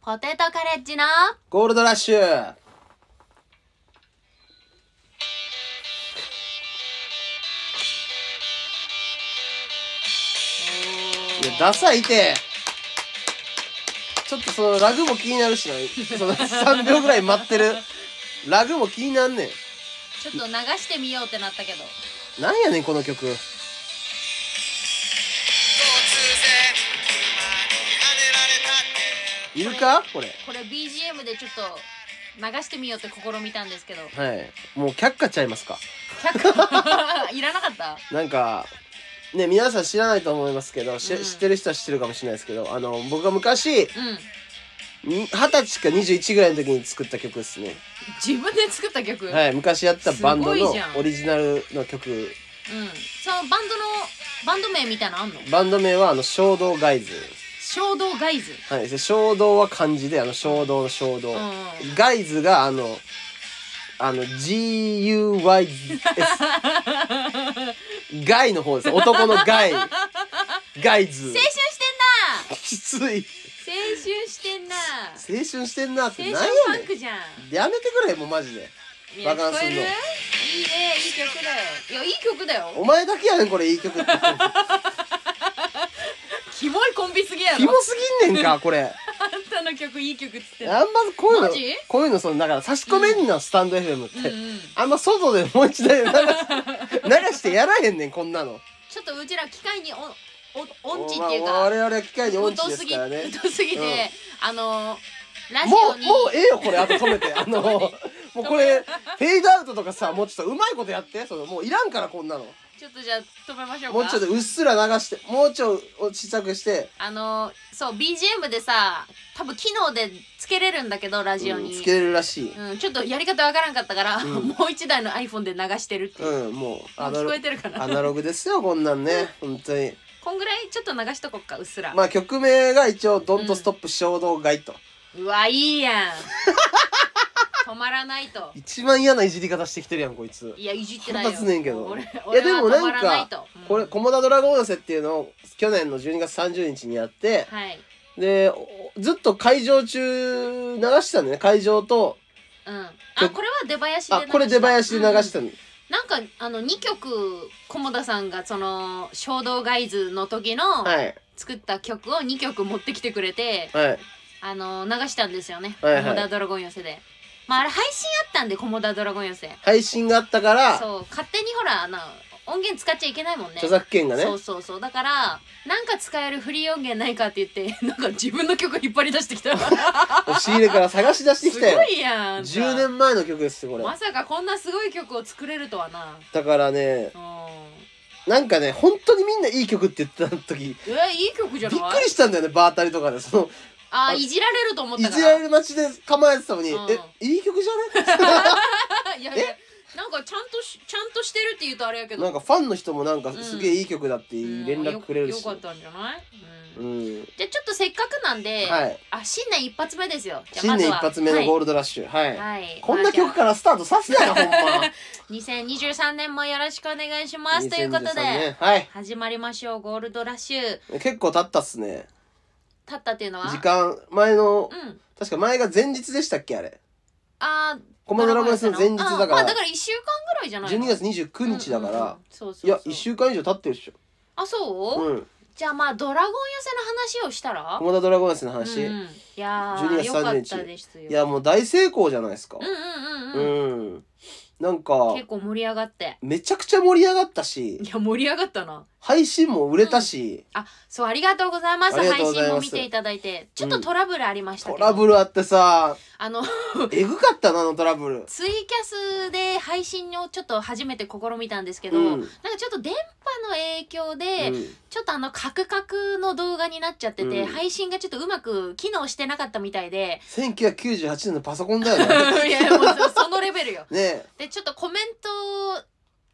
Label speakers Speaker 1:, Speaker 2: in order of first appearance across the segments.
Speaker 1: ポテトカレッジの
Speaker 2: ゴールドラッシュいや、ダサいて。ちょっとそのラグも気になるしな。その3秒ぐらい待ってる。ラグも気になんねん。
Speaker 1: ちょっと流してみようってなったけど
Speaker 2: なんやねん、この曲。いるかこれ。
Speaker 1: これ BGM でちょっと流してみようって試みたんですけど
Speaker 2: はい。もう却下ちゃいますか。
Speaker 1: 100いらなかった
Speaker 2: なんか、ね、皆さん知らないと思いますけど、し
Speaker 1: うん
Speaker 2: 知ってる人は知ってるかもしれないですけど、あの、僕が昔、
Speaker 1: うん
Speaker 2: に二十歳か21ぐらいの時に作った曲ですね。
Speaker 1: 自分で作った曲、
Speaker 2: はい、昔やってたバンド
Speaker 1: すごい
Speaker 2: の
Speaker 1: じゃん
Speaker 2: オリジナルの曲、
Speaker 1: うんそのバンドのバンド名みたいなのあんの
Speaker 2: バンド名はあの衝動ガイズ。
Speaker 1: 衝動ガイズ
Speaker 2: はい、で衝動は漢字で、あの衝動の衝動。
Speaker 1: うんうん
Speaker 2: ガイズがあの、あの GUYS。ガイの方です。男のガイ。ガイズ
Speaker 1: 青春。してんな
Speaker 2: きつい。
Speaker 1: 青春してんな
Speaker 2: 青春してんなっ
Speaker 1: 青
Speaker 2: て
Speaker 1: 春
Speaker 2: なん
Speaker 1: パ
Speaker 2: や
Speaker 1: ン
Speaker 2: ね
Speaker 1: クじゃん
Speaker 2: ん。やめてくれ、もうマジで。
Speaker 1: いや
Speaker 2: バカン
Speaker 1: 聞こ
Speaker 2: スす
Speaker 1: える
Speaker 2: んの
Speaker 1: いいねいい曲だよいやいい曲だよ
Speaker 2: お前だけやねん、これいい曲って。
Speaker 1: キモいコンビすぎやろ
Speaker 2: キモすぎんねんか、これ。
Speaker 1: あんたの曲いい曲っつってんの
Speaker 2: あんまこういうの
Speaker 1: マジ、
Speaker 2: こういうの、その、だから差し込めんな、スタンド FM って。
Speaker 1: うんうん
Speaker 2: あんま外でもう一台流し流してやらへんねん、こんなの。
Speaker 1: ちょっとうちら機械におお音痴っていう
Speaker 2: まあ
Speaker 1: か
Speaker 2: 我々は機械に音痴です
Speaker 1: ぎ
Speaker 2: からね。
Speaker 1: 疎すぎて、
Speaker 2: うん
Speaker 1: あのラジ
Speaker 2: も
Speaker 1: オ
Speaker 2: う、
Speaker 1: に
Speaker 2: もうええよ、これ、あと止めて。あの、もうこれ、フェードアウトとかさ、もうちょっとうまいことやって。その、もういらんから、こんなの。
Speaker 1: ちょっとじゃあ止めましょうか
Speaker 2: もうちょっとうっすら流して、もうちょい小さくして、
Speaker 1: あのそう BGM でさ多分機能でつけれるんだけどラジオ
Speaker 2: うん
Speaker 1: に、
Speaker 2: つけれるらしい。
Speaker 1: うん、ちょっとやり方わからんかったから、
Speaker 2: ん
Speaker 1: もう一台の iPhone で流してるっていう、
Speaker 2: うん、もう、アナ
Speaker 1: 聞
Speaker 2: ロ
Speaker 1: こえ
Speaker 2: グ。
Speaker 1: てるか
Speaker 2: ア
Speaker 1: な
Speaker 2: ナログですよ、こんなんね。本当に。
Speaker 1: こんぐらいちょっと流しとこっかうっすら、
Speaker 2: まあ曲名が一応「ドントストップ衝動買い」と、
Speaker 1: うわいいやん止まらないと
Speaker 2: 一番嫌ないじり方してきてるやんこいつ
Speaker 1: いやいじってな
Speaker 2: 腹
Speaker 1: いよ
Speaker 2: 立つねんけど
Speaker 1: 俺
Speaker 2: いやでも
Speaker 1: 俺は止ま
Speaker 2: な
Speaker 1: ら
Speaker 2: ん
Speaker 1: ない
Speaker 2: か
Speaker 1: とうん
Speaker 2: これ「コモダドラゴン寄せ」っていうのを去年の12月30日にやって
Speaker 1: はい
Speaker 2: でおずっと会場中流してたのね会場と
Speaker 1: うんあ
Speaker 2: 曲
Speaker 1: これは出囃子で
Speaker 2: あ
Speaker 1: 流した
Speaker 2: これ出囃子で流し
Speaker 1: う
Speaker 2: た
Speaker 1: ん
Speaker 2: の、
Speaker 1: なんかあの2曲菰田さんがその衝動ガイズの時の
Speaker 2: はい
Speaker 1: 作った曲を2曲持ってきてくれて、
Speaker 2: はい
Speaker 1: あの流したんですよね「
Speaker 2: はいはい
Speaker 1: 菰田ドラゴン寄せで」まああれ配信あったんで「菰田ドラゴン寄せ
Speaker 2: 配信があったか」ら
Speaker 1: そう勝手にほらあの音源使っちゃいけないもんね
Speaker 2: 著作権がね
Speaker 1: そうそうそうだからなんか使えるフリー音源ないかって言って なんか自分の曲引っ張り出 してきた
Speaker 2: 押し入れから探し出し て
Speaker 1: す
Speaker 2: きたよ
Speaker 1: ごいやん
Speaker 2: 10年前の曲ですよこれ
Speaker 1: まさかこんなすごい曲を作れるとはな
Speaker 2: だからね
Speaker 1: うん
Speaker 2: なんかね本当にみんないい曲って言ってた時
Speaker 1: えいい曲じゃな
Speaker 2: び
Speaker 1: い
Speaker 2: っくりしたんだよねバータリとかでその
Speaker 1: あーいじられると思っ
Speaker 2: い
Speaker 1: たか
Speaker 2: じ
Speaker 1: ら
Speaker 2: られる街で構えてたのに、
Speaker 1: うん
Speaker 2: えいい曲じゃね
Speaker 1: いやいやなんかちゃんとしちゃんとしてるって言うとあれやけど
Speaker 2: なんかファンの人もなんか
Speaker 1: ん
Speaker 2: すげえいい曲だっていう連絡くれる
Speaker 1: うん
Speaker 2: し、
Speaker 1: よ
Speaker 2: う
Speaker 1: よかったんじゃない、うん
Speaker 2: ん
Speaker 1: じゃあちょっとせっかくなんで、
Speaker 2: はい
Speaker 1: あ新年一発目ですよじゃあ
Speaker 2: 新
Speaker 1: まず
Speaker 2: 年一
Speaker 1: は
Speaker 2: 発目のゴー
Speaker 1: ル
Speaker 2: ルドラッシュはい、
Speaker 1: はい、はい
Speaker 2: こんな曲
Speaker 1: まあ
Speaker 2: からスタートさせなよ ほんま
Speaker 1: じゃあ2023年もよろしくお願いしますということで、
Speaker 2: 2023年はい
Speaker 1: 始まりましょうゴールドラッシュ立
Speaker 2: 結構経ったっすね
Speaker 1: ったっていうのは
Speaker 2: 時間前の、
Speaker 1: うん
Speaker 2: 確か前が前日でしたっけあれ
Speaker 1: あー
Speaker 2: コマドラゴンスの前日だ
Speaker 1: あ
Speaker 2: か
Speaker 1: ー
Speaker 2: ら
Speaker 1: まあだから1週間ぐらいじゃない
Speaker 2: 12月29日だから、
Speaker 1: うんうんうんそうそうそう
Speaker 2: いや1週間以上経ってるでし
Speaker 1: あそう、
Speaker 2: ょうん
Speaker 1: じゃあまあドラゴン寄せの話をしたら
Speaker 2: コマダドラゴンスの話、
Speaker 1: うんうん、いや
Speaker 2: 12
Speaker 1: ー
Speaker 2: 月
Speaker 1: よか
Speaker 2: 30
Speaker 1: っ
Speaker 2: 日
Speaker 1: たですよ
Speaker 2: いやもう大成功じゃないですか
Speaker 1: うんうんうんうん、
Speaker 2: うん、なんか
Speaker 1: 結構盛り上がって
Speaker 2: めちゃくちゃ盛り上がったし
Speaker 1: いや盛り上がったな
Speaker 2: 配信も売れたし、
Speaker 1: あそうありがとうございます
Speaker 2: ありがと
Speaker 1: 配
Speaker 2: うございます
Speaker 1: 信も見ていただいてちょっとトラブルありました
Speaker 2: ト
Speaker 1: けど、
Speaker 2: ラブルあってさ
Speaker 1: あの
Speaker 2: えぐかったなあのトラブル
Speaker 1: ツイキャスで配信をちょっと初めて試みたんですけど、
Speaker 2: うん
Speaker 1: なんかちょっと電波の影響で、
Speaker 2: うん
Speaker 1: ちょっとあのカクカクの動画になっちゃってて、
Speaker 2: うん
Speaker 1: 配信がちょっとうまく機能してなかったみたい で
Speaker 2: 1998年のパソコンだよ ね
Speaker 1: いやもうそのレベルよ
Speaker 2: ねえ
Speaker 1: でちょっとコメントを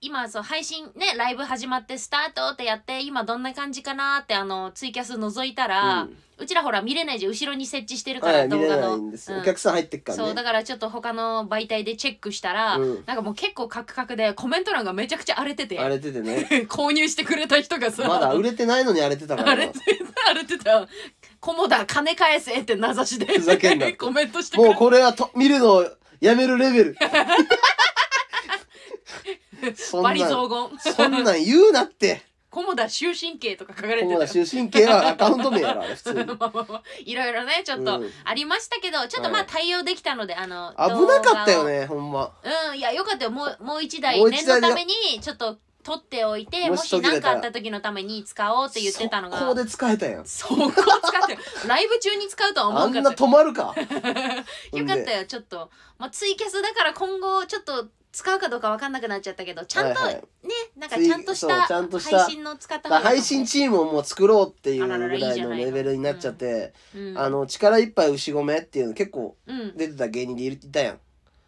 Speaker 1: 今そう配信ねライブ始まってスタートってやって今どんな感じかなってあのツイキャス覗いたら、う
Speaker 2: うん
Speaker 1: ちらほら見れないじゃん後ろに設置してるか
Speaker 2: は
Speaker 1: ら
Speaker 2: い見
Speaker 1: 動
Speaker 2: れ
Speaker 1: 画
Speaker 2: な
Speaker 1: の、
Speaker 2: いんですよ、
Speaker 1: うん
Speaker 2: お客さん入ってっからね
Speaker 1: そうだからちょっと他の媒体でチェックしたら、
Speaker 2: うん
Speaker 1: なんかもう結構カクカクでコメント欄がめちゃくちゃ荒れてて
Speaker 2: 荒れててね
Speaker 1: 購入してくれた人がさ
Speaker 2: まだ売れてないのに荒れてたから
Speaker 1: 荒れ
Speaker 2: な
Speaker 1: てた歩いてたら「コモダ金返せ」って名指しで
Speaker 2: ふざけんなって
Speaker 1: コメントしてく
Speaker 2: もう
Speaker 1: れ
Speaker 2: これはと見るのをやめるレ ベルそん
Speaker 1: バ
Speaker 2: な
Speaker 1: リ
Speaker 2: ん
Speaker 1: 雑言
Speaker 2: そんなん言うな って
Speaker 1: コモダ終身刑とか書かれて
Speaker 2: 友
Speaker 1: たよ
Speaker 2: 達終身刑はアカウント名 やろあれ普通に
Speaker 1: まあまあまあいろいろねちょっと
Speaker 2: うん
Speaker 1: ありましたけどちょっとまあ対応できたので、あの
Speaker 2: 危なかったよ
Speaker 1: 動
Speaker 2: ねほんま
Speaker 1: 画をうんいやよかったよもうもう一台
Speaker 2: もう
Speaker 1: 念
Speaker 2: 一
Speaker 1: の
Speaker 2: 台だ
Speaker 1: ためにちょっと取っておいても
Speaker 2: も
Speaker 1: し
Speaker 2: し
Speaker 1: 何かあった時のために使おうって言ってたのが
Speaker 2: ここで使えたやん
Speaker 1: そこを使ってライブ中に使うとは
Speaker 2: あ
Speaker 1: 思うんか
Speaker 2: な
Speaker 1: った
Speaker 2: 止まる
Speaker 1: よ
Speaker 2: か
Speaker 1: かったよちょっと、まあ、ツイキャスだから今後ちょっと使うかどうか分かんなくなっちゃったけ どちゃんと、
Speaker 2: はいはい
Speaker 1: ねなんかちゃんとし
Speaker 2: ツイ
Speaker 1: た
Speaker 2: そうちゃんとした
Speaker 1: 配信の使った方
Speaker 2: だから
Speaker 1: が
Speaker 2: 配信チームをもう作ろうっていう
Speaker 1: あらららい
Speaker 2: ぐ
Speaker 1: いじゃな
Speaker 2: ら
Speaker 1: い
Speaker 2: い
Speaker 1: の
Speaker 2: のレベルになっちゃって
Speaker 1: うん
Speaker 2: あの力いっぱい牛込めっていうの結構
Speaker 1: うんうん
Speaker 2: 出てた芸人でいたや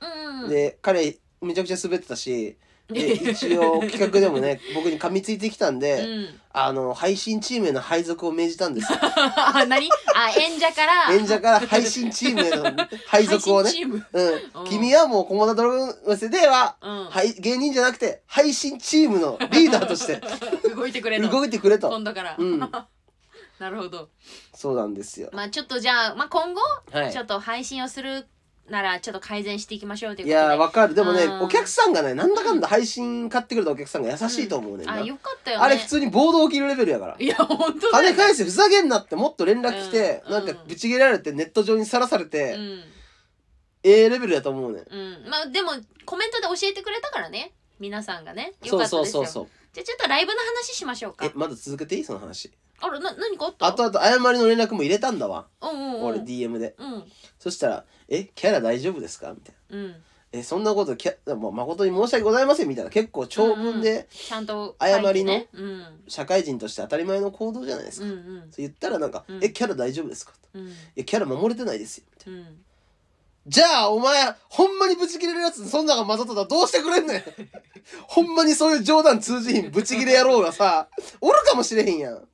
Speaker 1: うん
Speaker 2: ん、
Speaker 1: うん
Speaker 2: で彼めちゃくちゃ滑ってたしで一応企画でもね 僕に噛みついてきたん
Speaker 1: う
Speaker 2: で、
Speaker 1: ん、
Speaker 2: あの配信チームへの配属を命じたんで すよ
Speaker 1: あ何あ演者から
Speaker 2: 演者から配信チームへの配属をね
Speaker 1: 配信チーム
Speaker 2: う
Speaker 1: うん
Speaker 2: ん、君はもう駒田ドラゴンせでは、
Speaker 1: うん、
Speaker 2: はい、芸人じゃなくて配信チームのリーダー として
Speaker 1: 動いてくれる
Speaker 2: 動いてくれと
Speaker 1: 今度から、
Speaker 2: うん
Speaker 1: なるほど
Speaker 2: そうなんですよ
Speaker 1: まあちょっとじゃあ、まあ、今後
Speaker 2: はい
Speaker 1: ちょっと配信をするならちょっと改善していきましょうという
Speaker 2: い
Speaker 1: ことで
Speaker 2: やーわかるでもね
Speaker 1: うん
Speaker 2: お客さんがねなんだかんだ配信買ってくれたお客さんが優しいと思うねんな、
Speaker 1: あよかったよね
Speaker 2: あれ普通に暴動起きるレベルやから
Speaker 1: いや本当だよ
Speaker 2: 金返せふざけんなってもっと連絡来て、
Speaker 1: うん
Speaker 2: なんかぶち切られてネット上にさらされて、
Speaker 1: うん
Speaker 2: ええレベルやと思うねん
Speaker 1: うん、まあでもコメントで教えてくれたからね皆さんがねよか
Speaker 2: そう
Speaker 1: った
Speaker 2: そ
Speaker 1: で
Speaker 2: う
Speaker 1: す
Speaker 2: そ
Speaker 1: よ
Speaker 2: うそう
Speaker 1: じゃあちょっとライブの話しましょうか
Speaker 2: えまだ続けていいその話
Speaker 1: あらな何かあった
Speaker 2: あとあと誤りの連絡も入れたんだわ、
Speaker 1: うんうんうん
Speaker 2: 俺 DM で
Speaker 1: うん
Speaker 2: そしたら「えキャラ大丈夫ですか?」みたいな
Speaker 1: うん
Speaker 2: 「えそんなことキャ、まあ、誠に申し訳ございません」みたいな結構長文
Speaker 1: うん
Speaker 2: で
Speaker 1: ちゃんと
Speaker 2: 誤りの
Speaker 1: 書いてねうん
Speaker 2: 社会人として当たり前の行動じゃないです
Speaker 1: う
Speaker 2: か、
Speaker 1: んうん
Speaker 2: そう言ったらなんか「
Speaker 1: うん
Speaker 2: えキャラ大丈夫ですか?」と
Speaker 1: うん
Speaker 2: 「いやキャラ守れてないですよ」みたいな
Speaker 1: うん
Speaker 2: じゃあお前ほんまにブチ切れるやつにそんなんが混ざっとったらどうしてくれん ねんほんまにそういう冗談通じひんブチ切れ野郎がさおるかもしれへんやん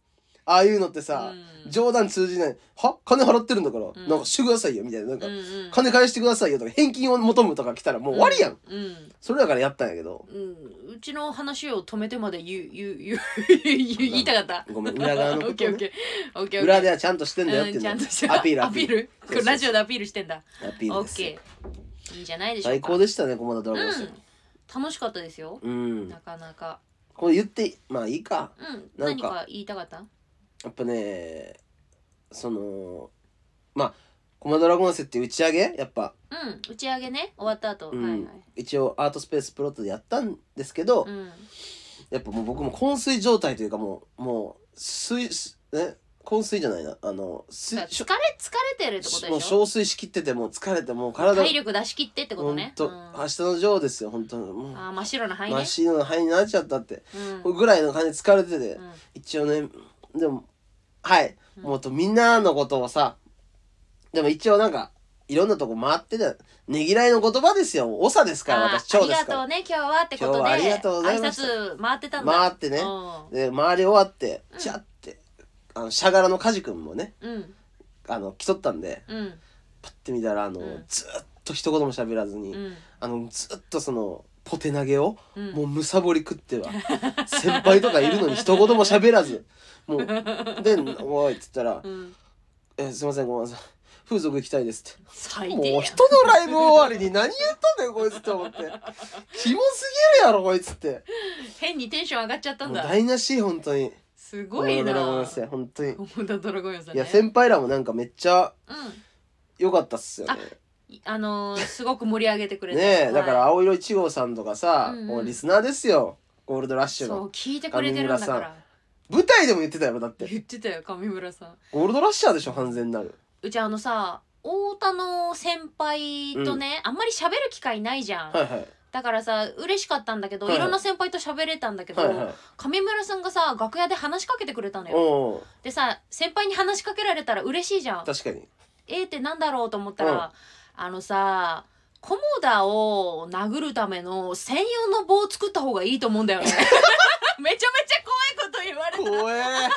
Speaker 2: ああいうのってさ、
Speaker 1: うん
Speaker 2: 冗談通じないは金払ってるんだから、
Speaker 1: ん
Speaker 2: なんかしてくださいよみたいななんか、
Speaker 1: うんうん
Speaker 2: 金返してくださいよとか返金を求むとか来たらもう終わりやん、
Speaker 1: うん
Speaker 2: それだからやったんやけど
Speaker 1: うんうちの話を止めてまで言う言う言う 言う言いたかった
Speaker 2: ごめん裏側の
Speaker 1: オ
Speaker 2: こ
Speaker 1: ッケーオ
Speaker 2: と、
Speaker 1: ッケ
Speaker 2: ね、
Speaker 1: ーオッケーオッケー
Speaker 2: 裏ではちゃんとしてんだよって
Speaker 1: う
Speaker 2: い
Speaker 1: ん
Speaker 2: う
Speaker 1: ち
Speaker 2: の
Speaker 1: ゃ
Speaker 2: を
Speaker 1: んとして
Speaker 2: アピールアピール
Speaker 1: アピールラジオでアピールしてんだ
Speaker 2: アピー
Speaker 1: オ
Speaker 2: ルで
Speaker 1: ッ
Speaker 2: すよ
Speaker 1: ケーいいじゃないでしょ
Speaker 2: 最
Speaker 1: うか
Speaker 2: 高でしたね駒田ドラゴンさん
Speaker 1: うん楽しかったですよ
Speaker 2: うん
Speaker 1: なかなか
Speaker 2: これ言ってまあいいか
Speaker 1: うん
Speaker 2: なん
Speaker 1: 何
Speaker 2: か
Speaker 1: か言いたかった
Speaker 2: やっぱねそのまあ駒田ドラゴンセって打ち上げやっぱ、
Speaker 1: うん打ち上げね終わった後
Speaker 2: う
Speaker 1: はい
Speaker 2: ん
Speaker 1: はい
Speaker 2: 一応アートスペースプロットでやったんですけど、
Speaker 1: うん
Speaker 2: やっぱもう僕も昏睡状態というかもうもう水すね昏睡じゃないなあの
Speaker 1: 疲
Speaker 2: す
Speaker 1: れ
Speaker 2: し
Speaker 1: 疲
Speaker 2: ょ
Speaker 1: れてるってこと
Speaker 2: もう
Speaker 1: でしょ
Speaker 2: 憔悴しきっててもう疲れてもう体
Speaker 1: 体力出し切ってってことね
Speaker 2: ほん
Speaker 1: うん
Speaker 2: と明日のジョーですよ本当にもう
Speaker 1: あー真っ白な肺
Speaker 2: 真
Speaker 1: ね
Speaker 2: っ白な肺になっちゃったって、
Speaker 1: うん
Speaker 2: ぐらいの感じで疲れてて、
Speaker 1: うん
Speaker 2: 一応ねでもはい、もっとみんなのことをさでも一応なんかいろんなとこ回ってたねぎらいの言葉ですよ長ですから
Speaker 1: あ
Speaker 2: 私
Speaker 1: ーあ
Speaker 2: 長
Speaker 1: り
Speaker 2: で
Speaker 1: が
Speaker 2: す
Speaker 1: と
Speaker 2: か
Speaker 1: うね今日はってこと
Speaker 2: 今日
Speaker 1: で
Speaker 2: はありがとうございました
Speaker 1: 挨拶回ってたんだ
Speaker 2: 回ってね
Speaker 1: う
Speaker 2: らで回り終わってチャって、あのしゃがらの梶君もね
Speaker 1: んうん
Speaker 2: あの来とったんで
Speaker 1: うん
Speaker 2: パッて見たらあの、
Speaker 1: うん
Speaker 2: ずーっと一言も喋らずに、
Speaker 1: うん
Speaker 2: あのずーっとそのポテ投げを、
Speaker 1: うん
Speaker 2: もうむさぼり食っては先輩とかいるのに一言も喋らずもうで「おい」っつったら
Speaker 1: うん
Speaker 2: 「えすいませんごめんなさい風俗行きたいです」って。
Speaker 1: 最低やん
Speaker 2: もう人のライブ終わりに何言ったんだよこいつって思ってキモすぎるやろこいつって
Speaker 1: 変にテンション上がっちゃった
Speaker 2: も
Speaker 1: ん
Speaker 2: う
Speaker 1: だ
Speaker 2: 台無しい本当に
Speaker 1: すごいな
Speaker 2: ドラゴンですよ本当に
Speaker 1: 本田ドラゴンよさん
Speaker 2: い
Speaker 1: ね
Speaker 2: や先輩らもなんかめっちゃ
Speaker 1: うん
Speaker 2: 良かったっすよね
Speaker 1: いあのー、すごく盛り上げてくれて
Speaker 2: ねえだから
Speaker 1: はい
Speaker 2: 青色1号さんとかさ
Speaker 1: うんうん
Speaker 2: もうリスナーですよゴールドラッシュ
Speaker 1: そう
Speaker 2: の
Speaker 1: 聞いてくれてるんだから
Speaker 2: 舞台でも言ってたやろだって
Speaker 1: 言ってたよ上村さん
Speaker 2: ゴールドラッシャーでしょ完全なる
Speaker 1: うちあのさ太田の先輩とね、あんまり喋る機会ないじゃん、
Speaker 2: はいはい
Speaker 1: だからさ嬉しかったんだけど、
Speaker 2: はい
Speaker 1: い
Speaker 2: は
Speaker 1: ろ
Speaker 2: い
Speaker 1: んな先輩と喋れたんだけど、
Speaker 2: はいはい
Speaker 1: 上村さんがさ楽屋で話しかけてくれたのよ、
Speaker 2: うんうん
Speaker 1: でさ先輩に話しかけられたら嬉しいじゃん
Speaker 2: 確かに
Speaker 1: えー、ってなんだろうと思ったら、あのさコモダを殴るための専用の棒を作った方がいいと思うんだ よねめちゃめちゃ怖いこと言われた
Speaker 2: 怖え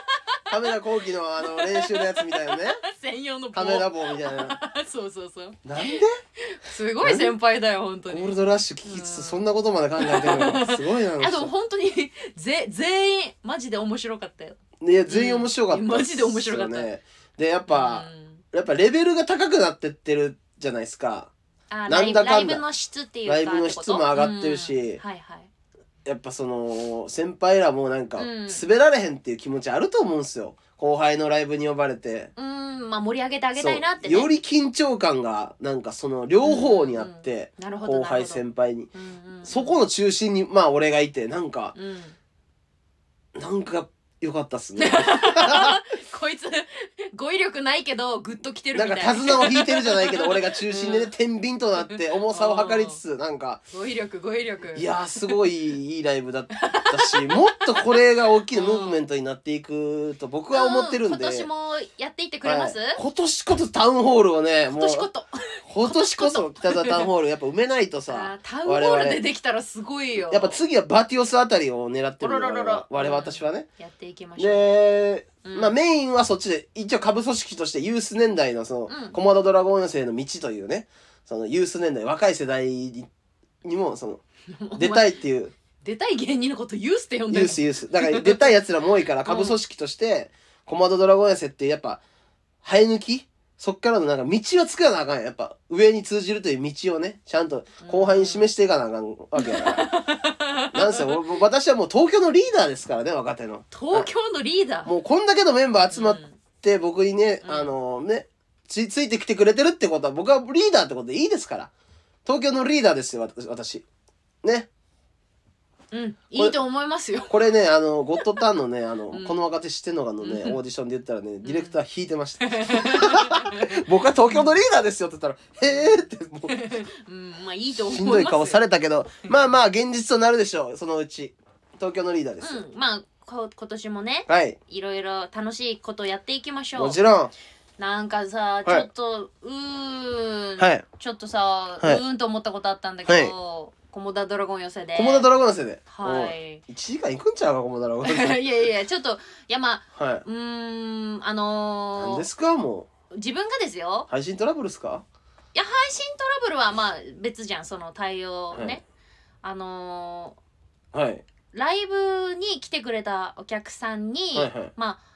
Speaker 2: カメラ後期のあの練習のやつみたいなね
Speaker 1: 専用の棒
Speaker 2: カメラ棒みたいな
Speaker 1: そうそうそう
Speaker 2: なんです
Speaker 1: ごい先輩だよ本当
Speaker 2: ゴー
Speaker 1: に
Speaker 2: ルドラッシュ聞き
Speaker 1: う
Speaker 2: つ
Speaker 1: ん
Speaker 2: つそんなことまで考えてるのがすごいなあの
Speaker 1: あと
Speaker 2: 人
Speaker 1: 本当にぜ全員マジで面白かったよ
Speaker 2: でいや全員面白かったっすよね、
Speaker 1: マジで面白かった
Speaker 2: でやっぱ、
Speaker 1: うん
Speaker 2: やっぱレベルが高くなってってるじゃないですか
Speaker 1: あ
Speaker 2: な
Speaker 1: ラ
Speaker 2: ん
Speaker 1: イ
Speaker 2: だ
Speaker 1: ブ
Speaker 2: か
Speaker 1: ラ
Speaker 2: んだ
Speaker 1: イブの質っていうか
Speaker 2: ライブの質も上がってるし
Speaker 1: うんはいはい
Speaker 2: やっぱその先輩らもなんか
Speaker 1: うん
Speaker 2: 滑られへんっていう気持ちあると思うんですよ後輩のライブに呼ばれて
Speaker 1: うんまあ盛り上げてあげたいなって、ね、
Speaker 2: そうより緊張感がなんかその両方にあって、
Speaker 1: なるほど
Speaker 2: 後輩
Speaker 1: なる
Speaker 2: 先輩に
Speaker 1: ほどうんうん
Speaker 2: そこの中心にまあ俺がいてなんか
Speaker 1: うん
Speaker 2: なんか良かったっ すね
Speaker 1: こいつ語彙力ないけどグッときてる
Speaker 2: なん
Speaker 1: みた
Speaker 2: か
Speaker 1: いな
Speaker 2: 手綱を引いてるじゃないけど俺が中心でね、
Speaker 1: うん
Speaker 2: 天秤となって重さを測りつつなんか
Speaker 1: 語彙力語彙力
Speaker 2: いやーすごいいいライブだったし もっとこれが大きなムーブメントになっていくと僕は思ってるんで、
Speaker 1: う今年もやっていってくれます、
Speaker 2: はい今年こそタウンホールをね
Speaker 1: 今
Speaker 2: もう
Speaker 1: 年こと
Speaker 2: 今年こそ北沢タウンホールやっぱ埋めないと
Speaker 1: あ
Speaker 2: さ
Speaker 1: ータウンホールでできたらすごいよ
Speaker 2: やっぱ次はバティオスあたりを狙ってるんで
Speaker 1: あらららら
Speaker 2: 我々我々私はね。
Speaker 1: やっていきましょう、
Speaker 2: で、
Speaker 1: うん
Speaker 2: まあメインはそっちで一応下部組織としてユース年代のその
Speaker 1: うん
Speaker 2: 駒戸ドラゴン寄せの道というねそのユース年代若い世代にもその出たいっていう
Speaker 1: 出たい芸人のことユースって呼んで
Speaker 2: ユ
Speaker 1: る
Speaker 2: ースユースだから出たいやつらも 多いから
Speaker 1: ん
Speaker 2: 下部組織として駒戸ドラゴン寄せってやっぱ生え抜きそっからのなんか道は作らなあかんやんやっぱ上に通じるという道をねちゃんと後輩に示していかなあかんわけやか ら、なんせ俺私はもう東京のリーダーですからね若手の
Speaker 1: 東京のリーダー
Speaker 2: もうこんだけのメンバー集まっ
Speaker 1: うん
Speaker 2: て僕にね、
Speaker 1: うん
Speaker 2: あのねつついてきてくれてるってことは僕はリーダーってことでいいですから東京のリーダーですよ私私ね
Speaker 1: うん、いいと思いますよ
Speaker 2: これね、あの、ゴッドタンのね、あの、
Speaker 1: うん
Speaker 2: この若手知ってんのかのね、
Speaker 1: うん
Speaker 2: オーディションで言ったらね、ディレクター引いてました。 僕は東京のリーダーですよって言ったら、へーって、もう、
Speaker 1: うん、まあいいと思い
Speaker 2: し
Speaker 1: ます
Speaker 2: んどい顔さ
Speaker 1: れ
Speaker 2: れたけど、まあまあ、現実となるでしょう、そのうち。東京のリーダーですよ。
Speaker 1: うん、まあこ今年もね
Speaker 2: はい、
Speaker 1: いろいろ楽しいことやっていきましょ
Speaker 2: も
Speaker 1: う
Speaker 2: ちろん。
Speaker 1: なんかさ、
Speaker 2: い
Speaker 1: ちょっとうーん、
Speaker 2: はい。
Speaker 1: ちょっとさ、
Speaker 2: はいう
Speaker 1: ーんと思ったことあったんだけど、コモダドラゴン寄せで
Speaker 2: コモダドラゴンのせいで。
Speaker 1: は
Speaker 2: う
Speaker 1: い
Speaker 2: ん1時間行くんちゃうか、コモダドラゴン の
Speaker 1: い
Speaker 2: せい
Speaker 1: や
Speaker 2: で。
Speaker 1: いやいやちょっといやまあ
Speaker 2: はい。
Speaker 1: うーんあ
Speaker 2: 何
Speaker 1: の
Speaker 2: で
Speaker 1: ー、
Speaker 2: すか、も
Speaker 1: 自分がです
Speaker 2: う。
Speaker 1: よ
Speaker 2: 配信トラブルですか
Speaker 1: いや配信トラブルはまあ別じゃんその対応ね、
Speaker 2: はい
Speaker 1: あの
Speaker 2: はい。
Speaker 1: ー、ライブに来てくれたお客さんに、
Speaker 2: はいはい
Speaker 1: まあ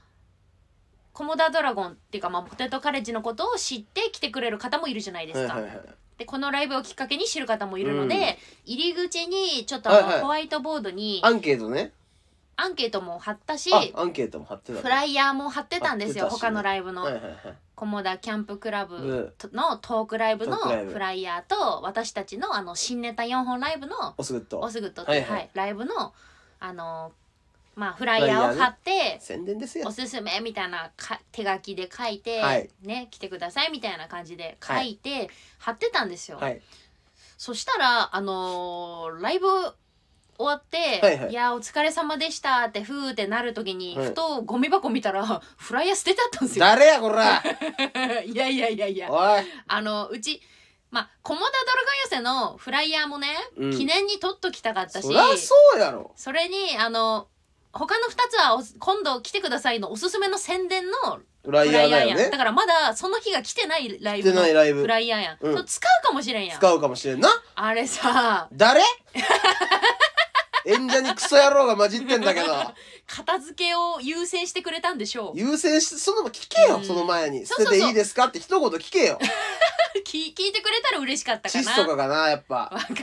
Speaker 1: コモダドラゴンっていうか、まあ、ポテトカレッジのことを知って来てくれる方もいるじゃないです
Speaker 2: はい
Speaker 1: か、
Speaker 2: はいはい。
Speaker 1: でこのライブをきっかけに知る方もいるので、
Speaker 2: うん
Speaker 1: 入り口にちょっとあの、
Speaker 2: はいはい
Speaker 1: ホワイトボードに
Speaker 2: アンケートね。
Speaker 1: アンケートも貼ったし
Speaker 2: あ、アンケートも貼ってたね。
Speaker 1: フライヤーも貼ってたんですよ、
Speaker 2: 貼ってたしね
Speaker 1: 他のライブの、
Speaker 2: はいはいはい。
Speaker 1: コモダキャンプクラブ
Speaker 2: ブー
Speaker 1: のトークライブの
Speaker 2: トークライブ
Speaker 1: フライヤーと私たちのあの新ネタ4本ライブの
Speaker 2: オスグッド
Speaker 1: オ。スグッドっていう、
Speaker 2: はいはい
Speaker 1: はいライブのあのまあフライヤーを貼って
Speaker 2: 宣伝です よ
Speaker 1: お。すすめみたいなか手書きで書いて、
Speaker 2: はい
Speaker 1: ね来てくださいみたいな感じで書いて、貼ってたんですよ、
Speaker 2: はい。
Speaker 1: そしたらあのーライブ終わって「
Speaker 2: はい
Speaker 1: い
Speaker 2: はい
Speaker 1: やーお疲れ様でした」ってふーってなる時に、
Speaker 2: はい
Speaker 1: ふとゴミ箱見たらフライヤー捨ててあったんですよ
Speaker 2: 誰やこら
Speaker 1: いやいやいやいや
Speaker 2: おい
Speaker 1: あのうちまあ駒田ドラゴン寄せのフライヤーもね、
Speaker 2: うん
Speaker 1: 記念に取っときたかったし
Speaker 2: そりゃそうやろ
Speaker 1: それにあの他の2つはお今度来てくださいのおすすめの宣伝の
Speaker 2: フラ
Speaker 1: フ
Speaker 2: イヤ
Speaker 1: ラ
Speaker 2: ー
Speaker 1: イヤ
Speaker 2: だ
Speaker 1: ー
Speaker 2: よ
Speaker 1: やん、
Speaker 2: ね
Speaker 1: だからまだその日が来てないライ
Speaker 2: 来
Speaker 1: ブ
Speaker 2: て
Speaker 1: の
Speaker 2: ないライ
Speaker 1: フ
Speaker 2: ブ
Speaker 1: ライヤーやん、
Speaker 2: うん
Speaker 1: そう使うかもしれんやん
Speaker 2: 使うかもしれんな
Speaker 1: あれさ
Speaker 2: 誰 演者にクソ野郎が混じってんだけど
Speaker 1: 片付けを優先してくれたんでしょう
Speaker 2: 優先してそのまま聞けよ、
Speaker 1: うん
Speaker 2: その前に捨
Speaker 1: そうそう
Speaker 2: て
Speaker 1: そう
Speaker 2: ていいですかって一言聞けよ
Speaker 1: 聞聞いてくれたら嬉しかったか
Speaker 2: チ
Speaker 1: な
Speaker 2: スとかかなやっぱ
Speaker 1: わかん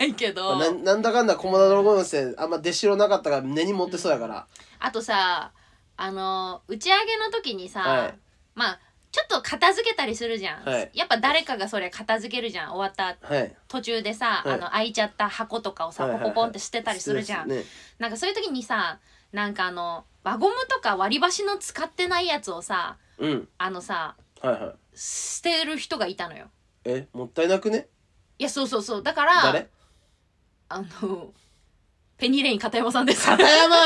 Speaker 1: ないけど
Speaker 2: ななんだかんだ駒田のゴン生あんま出しろなかったから根に持ってそうやから、
Speaker 1: あとさあの打ち上げの時にさ、
Speaker 2: はい
Speaker 1: まあちょっと片付けたりするじゃん、
Speaker 2: はい
Speaker 1: やっぱ誰かがそれ片付けるじゃん終わった
Speaker 2: はい
Speaker 1: 途中でさ、
Speaker 2: はい
Speaker 1: あの開いちゃった箱とかをさ、
Speaker 2: はいはいはい
Speaker 1: ポコポンって捨てたりするじゃん、
Speaker 2: ね
Speaker 1: なんかそういう時にさなんかあの輪ゴムとか割り箸の使ってないやつをさ
Speaker 2: うん
Speaker 1: あのさ
Speaker 2: はいはい
Speaker 1: 捨てる人がいたのよ
Speaker 2: えもったいなくね
Speaker 1: いやそうそうそうだから
Speaker 2: 誰
Speaker 1: あのペニーレイン片山さんです
Speaker 2: 片山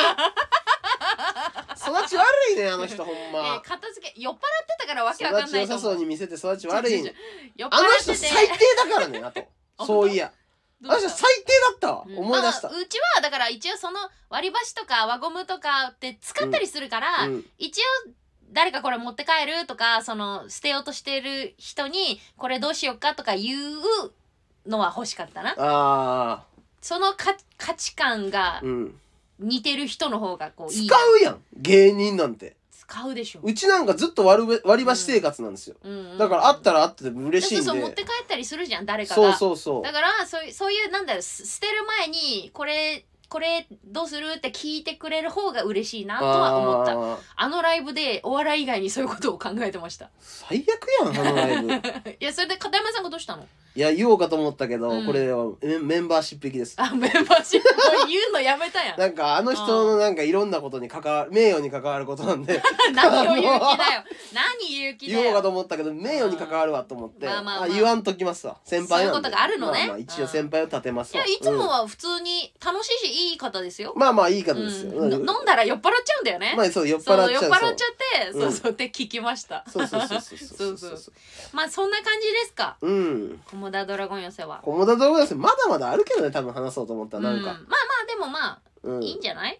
Speaker 2: 育ち悪いねあの人ほん
Speaker 1: え
Speaker 2: ま
Speaker 1: ー、片付け酔っ払ってたからわけわか
Speaker 2: 育
Speaker 1: ん
Speaker 2: ち
Speaker 1: な
Speaker 2: 良
Speaker 1: いと
Speaker 2: さ
Speaker 1: 思
Speaker 2: そう
Speaker 1: う
Speaker 2: に見せて育ち悪いね
Speaker 1: 酔っ払
Speaker 2: あの
Speaker 1: って
Speaker 2: 人
Speaker 1: て
Speaker 2: 最低だからねあとそういやあ
Speaker 1: ど
Speaker 2: の
Speaker 1: うし
Speaker 2: 人
Speaker 1: た
Speaker 2: 最低だったわ
Speaker 1: うん
Speaker 2: 思い出した
Speaker 1: まあ、うちはだから一応その割り箸とか輪ゴムとかって使ったりするから、
Speaker 2: うん
Speaker 1: 一応誰かこれ持って帰るとかその捨てようとしてる人にこれどうしようかとか言うのは欲しかったな
Speaker 2: ああ
Speaker 1: そのか価値観が
Speaker 2: うん
Speaker 1: 似てる人の方がこう
Speaker 2: 使
Speaker 1: いい。
Speaker 2: うやん芸人なんて
Speaker 1: 使うでしょ。
Speaker 2: うちなんかずっと割る割り箸生活なんですよ、
Speaker 1: うんうん
Speaker 2: だからあったらあっても嬉
Speaker 1: そ
Speaker 2: しい
Speaker 1: うん
Speaker 2: で
Speaker 1: そう持って帰ったりするじゃん誰かが。
Speaker 2: そうそうそう
Speaker 1: だからそういうそういうなんだろうす捨てる前にこれこれどうするって聞いてくれる方が嬉しいなとは思った。
Speaker 2: あー
Speaker 1: あのライブでお笑い以外にそういうことを考えてました。
Speaker 2: 最悪やんあのライブ
Speaker 1: いやそれで片山さんがどうしたの？
Speaker 2: いや言おうかと思ったけど、
Speaker 1: うん
Speaker 2: これはメメンバーシップ行きです
Speaker 1: あメンバーシップ言うのやめたやん。
Speaker 2: なんかあの人のなんかいろんなことに関わる名誉に関わることなんで
Speaker 1: 何を言う気だよ。何言う気だ
Speaker 2: 言
Speaker 1: よ。
Speaker 2: おうかと思ったけど名誉に関わるわと思って、
Speaker 1: まあまあまあ
Speaker 2: 言わんときますわ先
Speaker 1: そ
Speaker 2: 輩なんで
Speaker 1: ういうことがあるのね
Speaker 2: まあまあ一応先輩を立てます
Speaker 1: い
Speaker 2: わ
Speaker 1: やいつもは普通に楽しいしいい方ですよ
Speaker 2: うん。まあまあいい方
Speaker 1: う
Speaker 2: ですよ、
Speaker 1: ん、の飲んだら酔っ払っちゃうんだよね。
Speaker 2: まあそう酔っ
Speaker 1: そう
Speaker 2: 払っち
Speaker 1: 酔っ
Speaker 2: ゃう
Speaker 1: 払っちゃって
Speaker 2: そ
Speaker 1: そううそうって聞きました。
Speaker 2: そうそうそうそうそう
Speaker 1: そうそまあそんな感じですか。
Speaker 2: うん
Speaker 1: コモダドラゴン寄せは。
Speaker 2: コモダ動画ですまだまだあるけどね多分話そうと思ったらなん
Speaker 1: うんま
Speaker 2: か
Speaker 1: あ、まあでもま
Speaker 2: うん
Speaker 1: あいいんじゃない？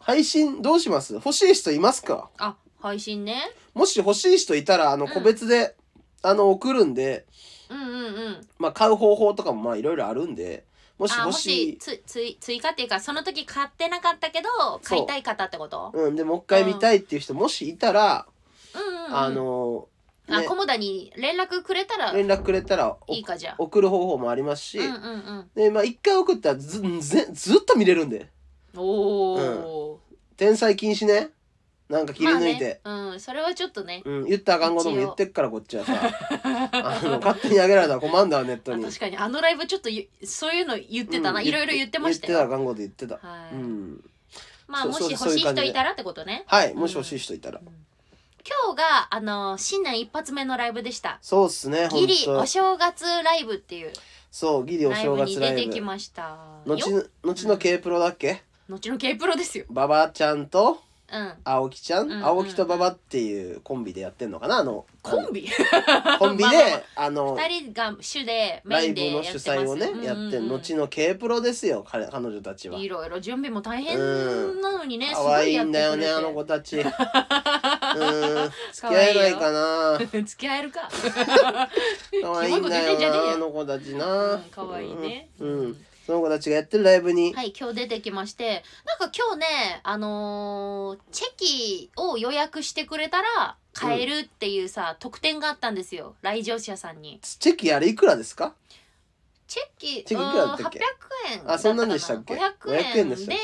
Speaker 2: 配信どうします欲しい人いますか
Speaker 1: あ配信ね。
Speaker 2: もし欲しい人いたらあの
Speaker 1: うん
Speaker 2: 個別で、あの送るんで
Speaker 1: うんうんうん。
Speaker 2: まあ買う方法とかもまあいろいろあるんでもし
Speaker 1: あ
Speaker 2: 欲
Speaker 1: も
Speaker 2: しい
Speaker 1: しつつ追加っていうかその時買ってなかったけど買いたい方ってこと？
Speaker 2: うん、でもう一回見たいっていう人もしいたら、
Speaker 1: うんうんうん。
Speaker 2: あの
Speaker 1: あ
Speaker 2: ね
Speaker 1: コモダに連絡くれたらい
Speaker 2: 連絡くれたらお
Speaker 1: いかじゃあ。
Speaker 2: 送る方法もありますし、
Speaker 1: うんうんうん。
Speaker 2: でまあ一回送ったらずぜずっと見れるんで
Speaker 1: おお。
Speaker 2: 天才禁止ねなんか切り抜いて、
Speaker 1: まあね、うんそれはちょっとね。
Speaker 2: うん、言ったらあかんことも言ってっからこっちはさ あの勝手にあげられたら困んだわネット
Speaker 1: あ
Speaker 2: に
Speaker 1: 確かにあのライブちょっとゆそういうの言ってたな、
Speaker 2: うん
Speaker 1: いろいろ言ってました
Speaker 2: 言ってたらあ
Speaker 1: よ。
Speaker 2: かんこと言ってた、
Speaker 1: はい、
Speaker 2: うん
Speaker 1: まあ
Speaker 2: そう
Speaker 1: もし
Speaker 2: そう
Speaker 1: 欲
Speaker 2: そう
Speaker 1: し
Speaker 2: いう
Speaker 1: い
Speaker 2: 感じ
Speaker 1: 人
Speaker 2: で
Speaker 1: いたらってことね。
Speaker 2: はいもし欲しい人いたら、
Speaker 1: 今日があの新年一発目のライブでした。
Speaker 2: そうっすねほん
Speaker 1: ギリお
Speaker 2: と
Speaker 1: 正月ライブっていう
Speaker 2: そうギリお
Speaker 1: ライ
Speaker 2: 正
Speaker 1: ブに
Speaker 2: 月ラ
Speaker 1: 出
Speaker 2: イ
Speaker 1: て
Speaker 2: ブ
Speaker 1: きました。よ
Speaker 2: 後の後の K プロだっけ
Speaker 1: 後の K プロですよ。
Speaker 2: 馬場ちゃんと
Speaker 1: うん。
Speaker 2: 青木ちゃん、
Speaker 1: うんうん
Speaker 2: 青木と馬場っていうコンビでやってんのかなあの
Speaker 1: コンビ
Speaker 2: あのコンビで、
Speaker 1: まあまあま
Speaker 2: あの
Speaker 1: 二人が主で
Speaker 2: ラ
Speaker 1: メイ
Speaker 2: イ
Speaker 1: ン
Speaker 2: ブ
Speaker 1: でや
Speaker 2: の
Speaker 1: って
Speaker 2: 主
Speaker 1: ます。
Speaker 2: 催をねやっ
Speaker 1: う
Speaker 2: て
Speaker 1: んうんうん
Speaker 2: 後の K プロですよ彼彼女たちはい
Speaker 1: ろいろ準備も大変
Speaker 2: うん
Speaker 1: なのにね、す
Speaker 2: 可
Speaker 1: ごい
Speaker 2: 愛い
Speaker 1: やってく
Speaker 2: んだよ
Speaker 1: れて。
Speaker 2: ねあの子たちう ーん付き合えないかな
Speaker 1: 付き合えるか。
Speaker 2: 可愛い
Speaker 1: キモいこと
Speaker 2: んだ
Speaker 1: 言ってんじゃね
Speaker 2: よ
Speaker 1: え
Speaker 2: な
Speaker 1: よ
Speaker 2: あの子たち
Speaker 1: う
Speaker 2: なん
Speaker 1: 可愛いね。
Speaker 2: うん、うんその子たちがやってるライブに、
Speaker 1: はい、今日出てきまして、なんか今日ね、あのーチェキを予約してくれたら買えるっていうさ、特典があったんですよ。来場者さんに。
Speaker 2: チェキあれいくらですか
Speaker 1: チェキ、
Speaker 2: チェキいくらだったっけ
Speaker 1: うーん800円
Speaker 2: あそんなんでしたっけ
Speaker 1: ?500
Speaker 2: 500円
Speaker 1: 円
Speaker 2: で
Speaker 1: で
Speaker 2: したっ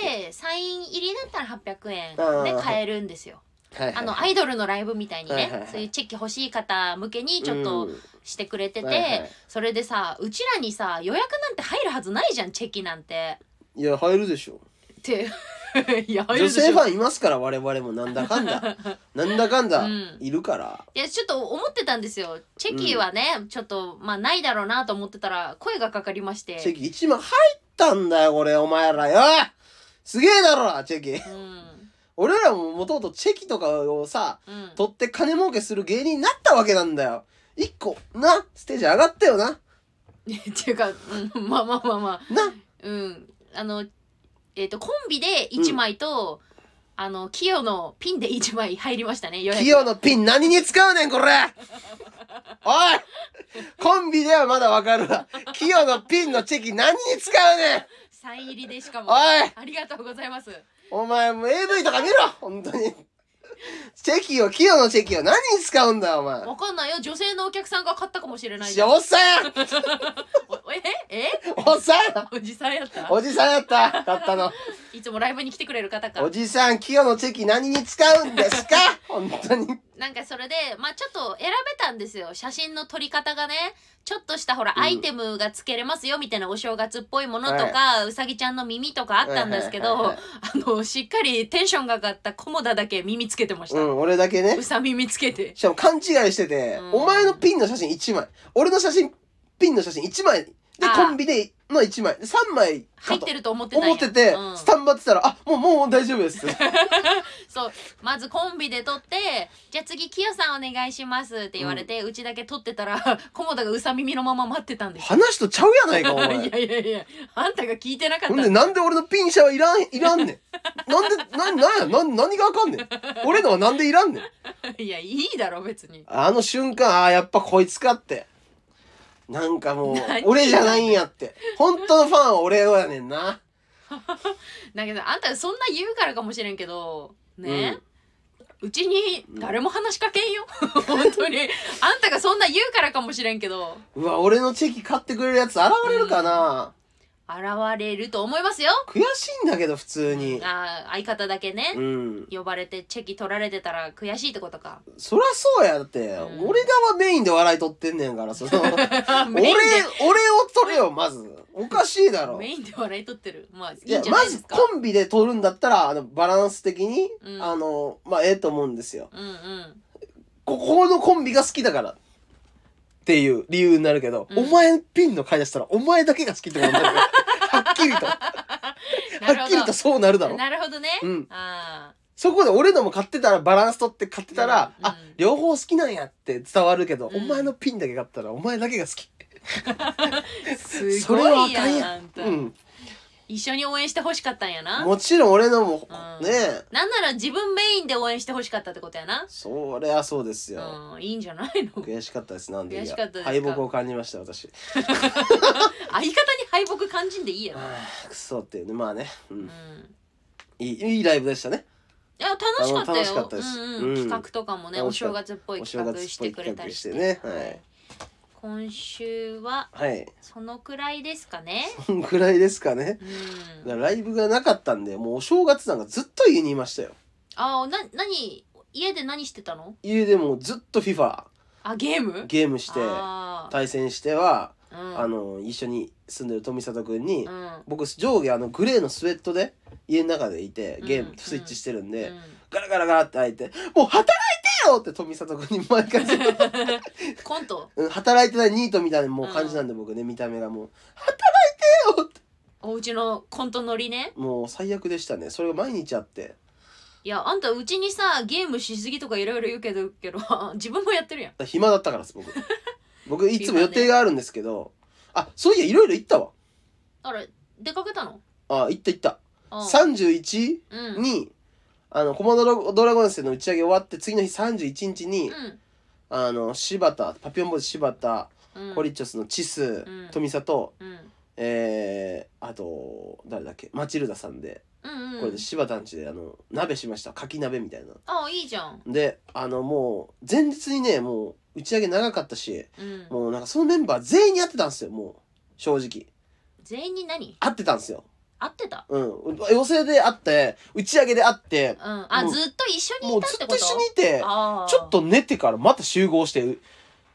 Speaker 1: サイン入りだったら800円
Speaker 2: あー
Speaker 1: で買えるんですよ。
Speaker 2: はいはい
Speaker 1: あの、アイドルのライブみたいにね、
Speaker 2: はいはいはい
Speaker 1: そういうチェキ欲しい方向けにちょっと
Speaker 2: うん
Speaker 1: してくれてて、
Speaker 2: はいはい
Speaker 1: それでさ、うちらにさ、予約なんて入るはずないじゃん、チェキなんて。
Speaker 2: いや入るでしょ
Speaker 1: って、い や、入る
Speaker 2: 女
Speaker 1: でし
Speaker 2: 性
Speaker 1: ょ
Speaker 2: ファンいますから我々もなんだか んだなんだかんだ
Speaker 1: うん
Speaker 2: いるから、
Speaker 1: いやちょっと思ってたんですよチェキはね、ちょっとまあないだろうなと思ってたら声がかかりまして
Speaker 2: チェキ1万入ったんだよこれお前らよすげえだろチェキ
Speaker 1: うん
Speaker 2: 俺らももともとチェキとかをさ
Speaker 1: うん
Speaker 2: 取って金儲けする芸人になったわけなんだよ一個なステージ上がったよな
Speaker 1: っていうか、うん、まあまあまあまあ
Speaker 2: な
Speaker 1: うんあのえっ、とコンビで1枚と、あのキヨのピンで1枚入りましたね予約
Speaker 2: 企業のピン何に使うねんこれおいコンビではまだわかるわ企業のピンのチェキ何に使うねん
Speaker 1: サイン入りでしかもあ
Speaker 2: おい
Speaker 1: りがとうございます
Speaker 2: お前もう AV とか見ろ本当にチェキを企業のチェキを何に使うんだよお前
Speaker 1: わかんないよ女性のお客さんが買ったかもしれないじゃん
Speaker 2: おっさんや
Speaker 1: おええ
Speaker 2: おっさんや
Speaker 1: おじさんやった
Speaker 2: おじさんやった買ったの
Speaker 1: いつもライブに来てくれる方か
Speaker 2: おじさん企業のチェキ何に使うんですか本当に
Speaker 1: なんかそれでまあちょっと選べたんですよ写真の撮り方がねちょっとしたほら、
Speaker 2: うん
Speaker 1: アイテムがつけれますよみたいなお正月っぽいものとか、うさぎちゃんの耳とかあったんですけど、
Speaker 2: はいはいはい
Speaker 1: あのしっかりテンションが上がったコモダだけ耳つけてまし
Speaker 2: う
Speaker 1: た、
Speaker 2: ん俺だけ
Speaker 1: う
Speaker 2: ね
Speaker 1: さ耳つけて
Speaker 2: しかも勘違いしてて、
Speaker 1: うん
Speaker 2: お前のピンの写真1枚俺の写真ピンの写真1枚で
Speaker 1: あー
Speaker 2: コンビでの1枚で3枚
Speaker 1: 入
Speaker 2: か
Speaker 1: っ
Speaker 2: と
Speaker 1: てると思ってたんや
Speaker 2: 思ってて、
Speaker 1: うん
Speaker 2: スタンバってたら「あもうもう大丈夫です」
Speaker 1: そうまずコンビで撮って「じゃあ次キヨさんお願いします」って言われて、うちだけ撮ってたらコモダがうさ耳のまま待ってたんですよ
Speaker 2: 話とちゃうやないかお前
Speaker 1: いやいやいやあんたが聞いてなかっ
Speaker 2: ほ
Speaker 1: た
Speaker 2: んでなんで俺のピンシャはいらんいらんねん。なんでなんなんやなん何があかんねん。俺のはなんでいらんねん。
Speaker 1: いやいいだろ別に
Speaker 2: あの瞬間ああやっぱこいつかって。なんかもう
Speaker 1: 何
Speaker 2: 俺じゃないんやって。本当のファンは俺やねんな。
Speaker 1: だけどあんたそんな言うからかもしれんけどね
Speaker 2: うん、
Speaker 1: うちに誰も話しかけんよ 本当にあんたがそんな言うからかもしれんけど
Speaker 2: うわ俺のチェキ買ってくれるやつ現れるかな、
Speaker 1: 現れると思いますよ
Speaker 2: 悔しいんだけど普通に
Speaker 1: あー相方だけね、
Speaker 2: うん
Speaker 1: 呼ばれてチェキ取られてたら悔しいってことか
Speaker 2: そりゃそうやだって、
Speaker 1: うん
Speaker 2: 俺側メインで笑い取ってんねんからその 俺
Speaker 1: メイン
Speaker 2: 俺
Speaker 1: で
Speaker 2: を取れよまずおかしいだろ
Speaker 1: メインで笑い取ってるまあいい
Speaker 2: い
Speaker 1: じゃ
Speaker 2: や
Speaker 1: ない
Speaker 2: ま
Speaker 1: で
Speaker 2: ず
Speaker 1: すか
Speaker 2: コンビで取るんだったらあのバランス的に、
Speaker 1: うん
Speaker 2: あのまあええと思うんですよ
Speaker 1: うんうん
Speaker 2: ここのコンビが好きだからっていう理由になるけど、
Speaker 1: うん
Speaker 2: お前ピンの買い出したらお前だけが好きってことになるから はっきりとは
Speaker 1: なる
Speaker 2: っきり
Speaker 1: ほ
Speaker 2: とそうなるだ
Speaker 1: ど
Speaker 2: ろ
Speaker 1: なるほどね、
Speaker 2: うん
Speaker 1: あ
Speaker 2: そこで俺のも買ってたらバランス取って買ってたら、
Speaker 1: うん
Speaker 2: あ両方好きなんやって伝わるけど、
Speaker 1: うん
Speaker 2: お前のピンだけ買ったらお前だけが好き
Speaker 1: ーす
Speaker 2: そ
Speaker 1: ご
Speaker 2: れはあ
Speaker 1: いや
Speaker 2: かん
Speaker 1: ん
Speaker 2: や
Speaker 1: あんた、
Speaker 2: うん
Speaker 1: 一緒に応援してほしかったんやな
Speaker 2: もちろん俺のも、
Speaker 1: うん
Speaker 2: ねえ
Speaker 1: なんなら自分メインで応援してほしかったってことやな
Speaker 2: そりゃそうですよ、
Speaker 1: うんいいんじゃないの
Speaker 2: 悔しかったですなんで
Speaker 1: 悔しかったですか
Speaker 2: 敗北を感じました私
Speaker 1: 相方に敗北感じんでいいやろ、
Speaker 2: あークソっていうねまあね、う
Speaker 1: うんん、
Speaker 2: いいいいライブでしたね
Speaker 1: いや楽しかったよ
Speaker 2: 楽しかったです
Speaker 1: うんう
Speaker 2: う
Speaker 1: んん、企画とかもねお
Speaker 2: 楽しか
Speaker 1: 正
Speaker 2: った
Speaker 1: 月っぽい企画してくれたりして
Speaker 2: お正月っぽい企画してねはい
Speaker 1: 今週は
Speaker 2: はい
Speaker 1: そのくらいですかね
Speaker 2: こんぐらいですかね
Speaker 1: う
Speaker 2: だか
Speaker 1: ん
Speaker 2: らライブがなかったんでもうお正月なんかずっと家にいましたよ
Speaker 1: あーな何家で何してたの
Speaker 2: 家でもうずっと FIFA
Speaker 1: あゲーム
Speaker 2: ゲームして
Speaker 1: あ
Speaker 2: 対戦しては、
Speaker 1: ーうん
Speaker 2: あの一緒に住んでる富里くんに、
Speaker 1: うんうん
Speaker 2: 僕上下あのグレーのスウェットで家の中でいてゲーム
Speaker 1: うん
Speaker 2: スイッチしてるんで、
Speaker 1: うん
Speaker 2: ガラガラガラって開いて「もう働いてよ!」って富里くんに毎回
Speaker 1: コント
Speaker 2: うん働いてないニートみたいなもう感じなんで、僕ね見た目がもう「働いてよ!」って
Speaker 1: おうちのコントノリね
Speaker 2: もう最悪でしたねそれが毎日あって
Speaker 1: いやあんたうちにさゲームしすぎとかいろいろ言うけど けど自分もやってるやん
Speaker 2: 暇だったからです 僕僕いつも予定があるんですけど、あそういやいろいろ行ったわ
Speaker 1: あれ出かけたの
Speaker 2: あ行った行った
Speaker 1: あー
Speaker 2: 31
Speaker 1: うんうん
Speaker 2: に、あのコモドロドラゴンズの打ち上げ終わって次の日31日に、あの柴田パピオンボーイズ柴田、
Speaker 1: うん
Speaker 2: コリッチョスのチス、
Speaker 1: うん
Speaker 2: 富里
Speaker 1: うん
Speaker 2: えー、あと誰だっけマチルダさんで、
Speaker 1: うん
Speaker 2: こ
Speaker 1: う
Speaker 2: れ
Speaker 1: ん
Speaker 2: で柴田んちであの鍋しましたかき鍋みたいな
Speaker 1: あいいじゃん
Speaker 2: であのもう前日にねもう打ち上げ長かったし
Speaker 1: うん
Speaker 2: もうなんかそのメンバー全員に会ってたんですよもう正直
Speaker 1: 全員に何
Speaker 2: 会ってたんですよ
Speaker 1: 合ってた
Speaker 2: うん寄席で会って打ち上げで会って
Speaker 1: うんあ
Speaker 2: もう
Speaker 1: ずっと一緒に
Speaker 2: も
Speaker 1: いうたっ
Speaker 2: ず
Speaker 1: て
Speaker 2: っ
Speaker 1: こと
Speaker 2: と一緒にいて
Speaker 1: あー
Speaker 2: ちょっと寝てからまた集合して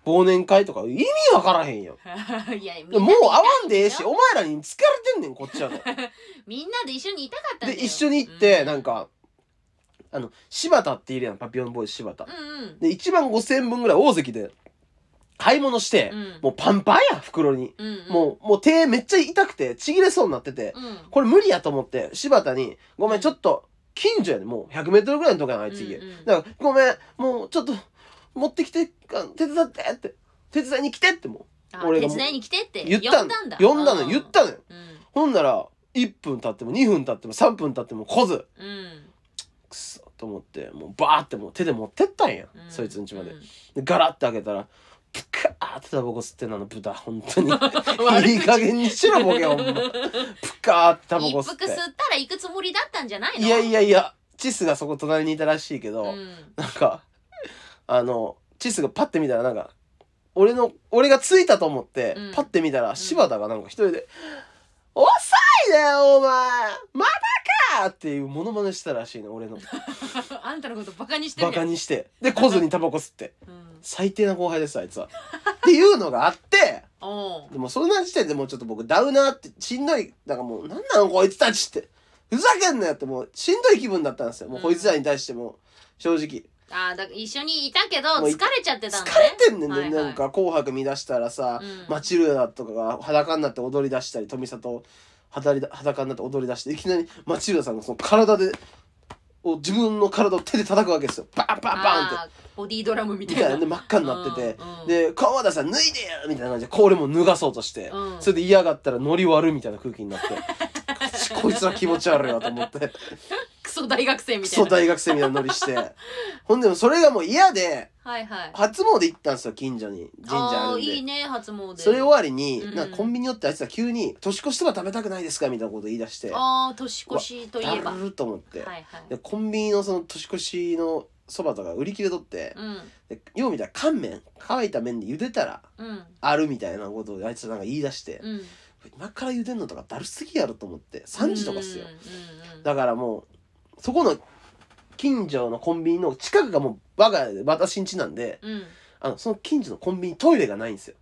Speaker 2: 忘年会とか意味わからへんよ
Speaker 1: いやみん
Speaker 2: もう
Speaker 1: な
Speaker 2: 会わんでええしお前らに疲れてんねんこっ ちはね
Speaker 1: みんなで一緒にいたかったんだ
Speaker 2: で
Speaker 1: よ
Speaker 2: 一緒に行って
Speaker 1: う
Speaker 2: なんかあの柴田っているやんパピオンボーイズ柴田
Speaker 1: うんうん
Speaker 2: で1万5千分ぐらい大関で買い物して
Speaker 1: うん
Speaker 2: もうパンパンや袋に
Speaker 1: うんうん
Speaker 2: もうもう手めっちゃ痛くてちぎれそうになってて
Speaker 1: うん
Speaker 2: これ無理やと思って柴田に「ごめんちょっと近所やねもう 100m ぐらいのとこやんあいつ家」
Speaker 1: うんうん
Speaker 2: だから「ごめんもうちょっと持ってきてあ手伝って」って「手伝いに来て」っても
Speaker 1: あ
Speaker 2: 俺が
Speaker 1: 手伝いに来てって
Speaker 2: う言った
Speaker 1: 呼ん
Speaker 2: の
Speaker 1: だんだ
Speaker 2: 呼んだの言ったのよ
Speaker 1: うん
Speaker 2: ほんなら1分経っても2分経っても3分経っても来ず
Speaker 1: うん
Speaker 2: くそと思ってもうバーってもう手で持ってったんや、
Speaker 1: うん
Speaker 2: そいつんちまで
Speaker 1: うん
Speaker 2: でガラッて開けたらプカーってタバコ吸ってんのあの豚本当に
Speaker 1: 悪口
Speaker 2: いい加減にしろボ ケほんまプカーってタバ
Speaker 1: 一
Speaker 2: コ
Speaker 1: 服吸
Speaker 2: 吸
Speaker 1: っ
Speaker 2: って
Speaker 1: たら行くつもりだったんじゃないの
Speaker 2: いやいやいやチスがそこ隣にいたらしいけど、
Speaker 1: うん
Speaker 2: なんか、あの、チスがパッて見たらなんか、俺の、俺が着いたと思って、
Speaker 1: うん
Speaker 2: パッて見たら柴田がなんか一人で、遅いねお前またかっていうモノマネしてたらしいの、俺の。
Speaker 1: あんたのことバカにしてる
Speaker 2: バ
Speaker 1: や
Speaker 2: カ
Speaker 1: ん
Speaker 2: にして。で、来ずにタバコ吸って。
Speaker 1: うん
Speaker 2: 最低な後輩です、あいつは。っていうのがあって、
Speaker 1: おう
Speaker 2: でもそんな時点でもうちょっと僕ダウナーってしんどい、なんかもうなんなのこいつたちって、ふざけんなよってもうしんどい気分だったんですよ。もうこいつらに対しても、正直。
Speaker 1: あーだから一緒にいたけど
Speaker 2: もうい
Speaker 1: 疲れちゃってた
Speaker 2: 疲
Speaker 1: んだ
Speaker 2: れ
Speaker 1: ね
Speaker 2: てんねんね、
Speaker 1: はいはい
Speaker 2: なんか「紅白」見出したらさ、
Speaker 1: うん
Speaker 2: マチルダとかが裸になって踊り出したり富里裸りだ裸になって踊り出していきなりマチルダさんがその体でを自分の体を手で叩くわけですよバンバンバンって
Speaker 1: あーボディードラムみた
Speaker 2: み
Speaker 1: い
Speaker 2: たい
Speaker 1: な
Speaker 2: なね真っ赤になってて、
Speaker 1: うんうん
Speaker 2: で「川田さん脱いでよ!」みたいな感じでこれも脱がそうとして、
Speaker 1: うん
Speaker 2: それで 嫌がったらノリ割るみたいな空気になってこいつら気持ち悪いわと思って
Speaker 1: クそう大学生み
Speaker 2: ク
Speaker 1: たい
Speaker 2: ソ
Speaker 1: な
Speaker 2: 大学生みたいなノリして。ほんでもそれがもう嫌で、
Speaker 1: はいはい
Speaker 2: 初詣行ったんですよ、近所に。神社あ
Speaker 1: あ
Speaker 2: る
Speaker 1: ー
Speaker 2: んで。
Speaker 1: いいね初詣
Speaker 2: それ終わりに、
Speaker 1: うんうん
Speaker 2: なんかコンビニ寄ってあいつら急に「年越しとか食べたくないですか?」みたいなこと言い出して
Speaker 1: ああ年越しといえば
Speaker 2: だ
Speaker 1: は
Speaker 2: るると思って、
Speaker 1: いはい
Speaker 2: でコンビニのその年越しのそばとか売り切れとって、
Speaker 1: うん
Speaker 2: でよう見たら乾麺乾いた麺で茹でたら
Speaker 1: うん
Speaker 2: あるみたいなことをあいつらなんか言い出して、
Speaker 1: うん
Speaker 2: 今から茹でんのとかだるすぎやろと思って3時とかっすよ、
Speaker 1: うんうん
Speaker 2: だからもうそこの近所のコンビニの近くがもう我が私ん家なんで
Speaker 1: うんうん
Speaker 2: あのその近所のコンビニトイレがないんですよ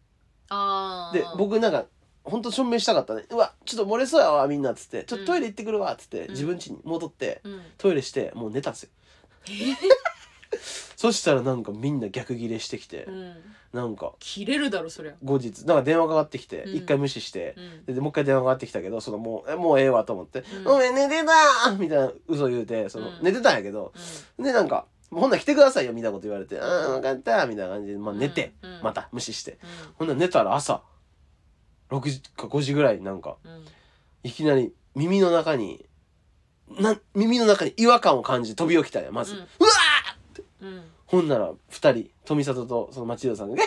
Speaker 1: ああ
Speaker 2: で僕なんかほんと証明したかったねうわちょっと漏れそうやわみんなっつってちょっ
Speaker 1: うん
Speaker 2: とトイレ行ってくるわっつって、
Speaker 1: ん
Speaker 2: 自分家に戻って
Speaker 1: うん
Speaker 2: トイレしてもう寝たんですよそしたらなんかみんな逆ギレしてきて、
Speaker 1: うん
Speaker 2: なんか
Speaker 1: 切れるだろそりゃ
Speaker 2: 後日なんか電話かかってきて
Speaker 1: うん
Speaker 2: 一、回無視して
Speaker 1: う、ん
Speaker 2: ででもう一回電話かかってきたけどそのもうえもうええわと思って
Speaker 1: う
Speaker 2: 「
Speaker 1: ん
Speaker 2: ごめん寝てた!」みたいな嘘言うてその、
Speaker 1: うん
Speaker 2: 寝てたんやけどでなんか「もうほんなら来てくださいよ」みたいなこと言われて「うん分かった」みたいな感じで、まあ、寝て、
Speaker 1: うんうん
Speaker 2: また無視して
Speaker 1: うん
Speaker 2: ほんなら寝たら朝6時か5時ぐらいになんか
Speaker 1: うん
Speaker 2: いきなり耳の中にな耳の中に違和感を感じて飛び起きたんやまず、
Speaker 1: うん
Speaker 2: うわ
Speaker 1: う
Speaker 2: ー
Speaker 1: ん
Speaker 2: ほんなら2人富里とその町田さんが っ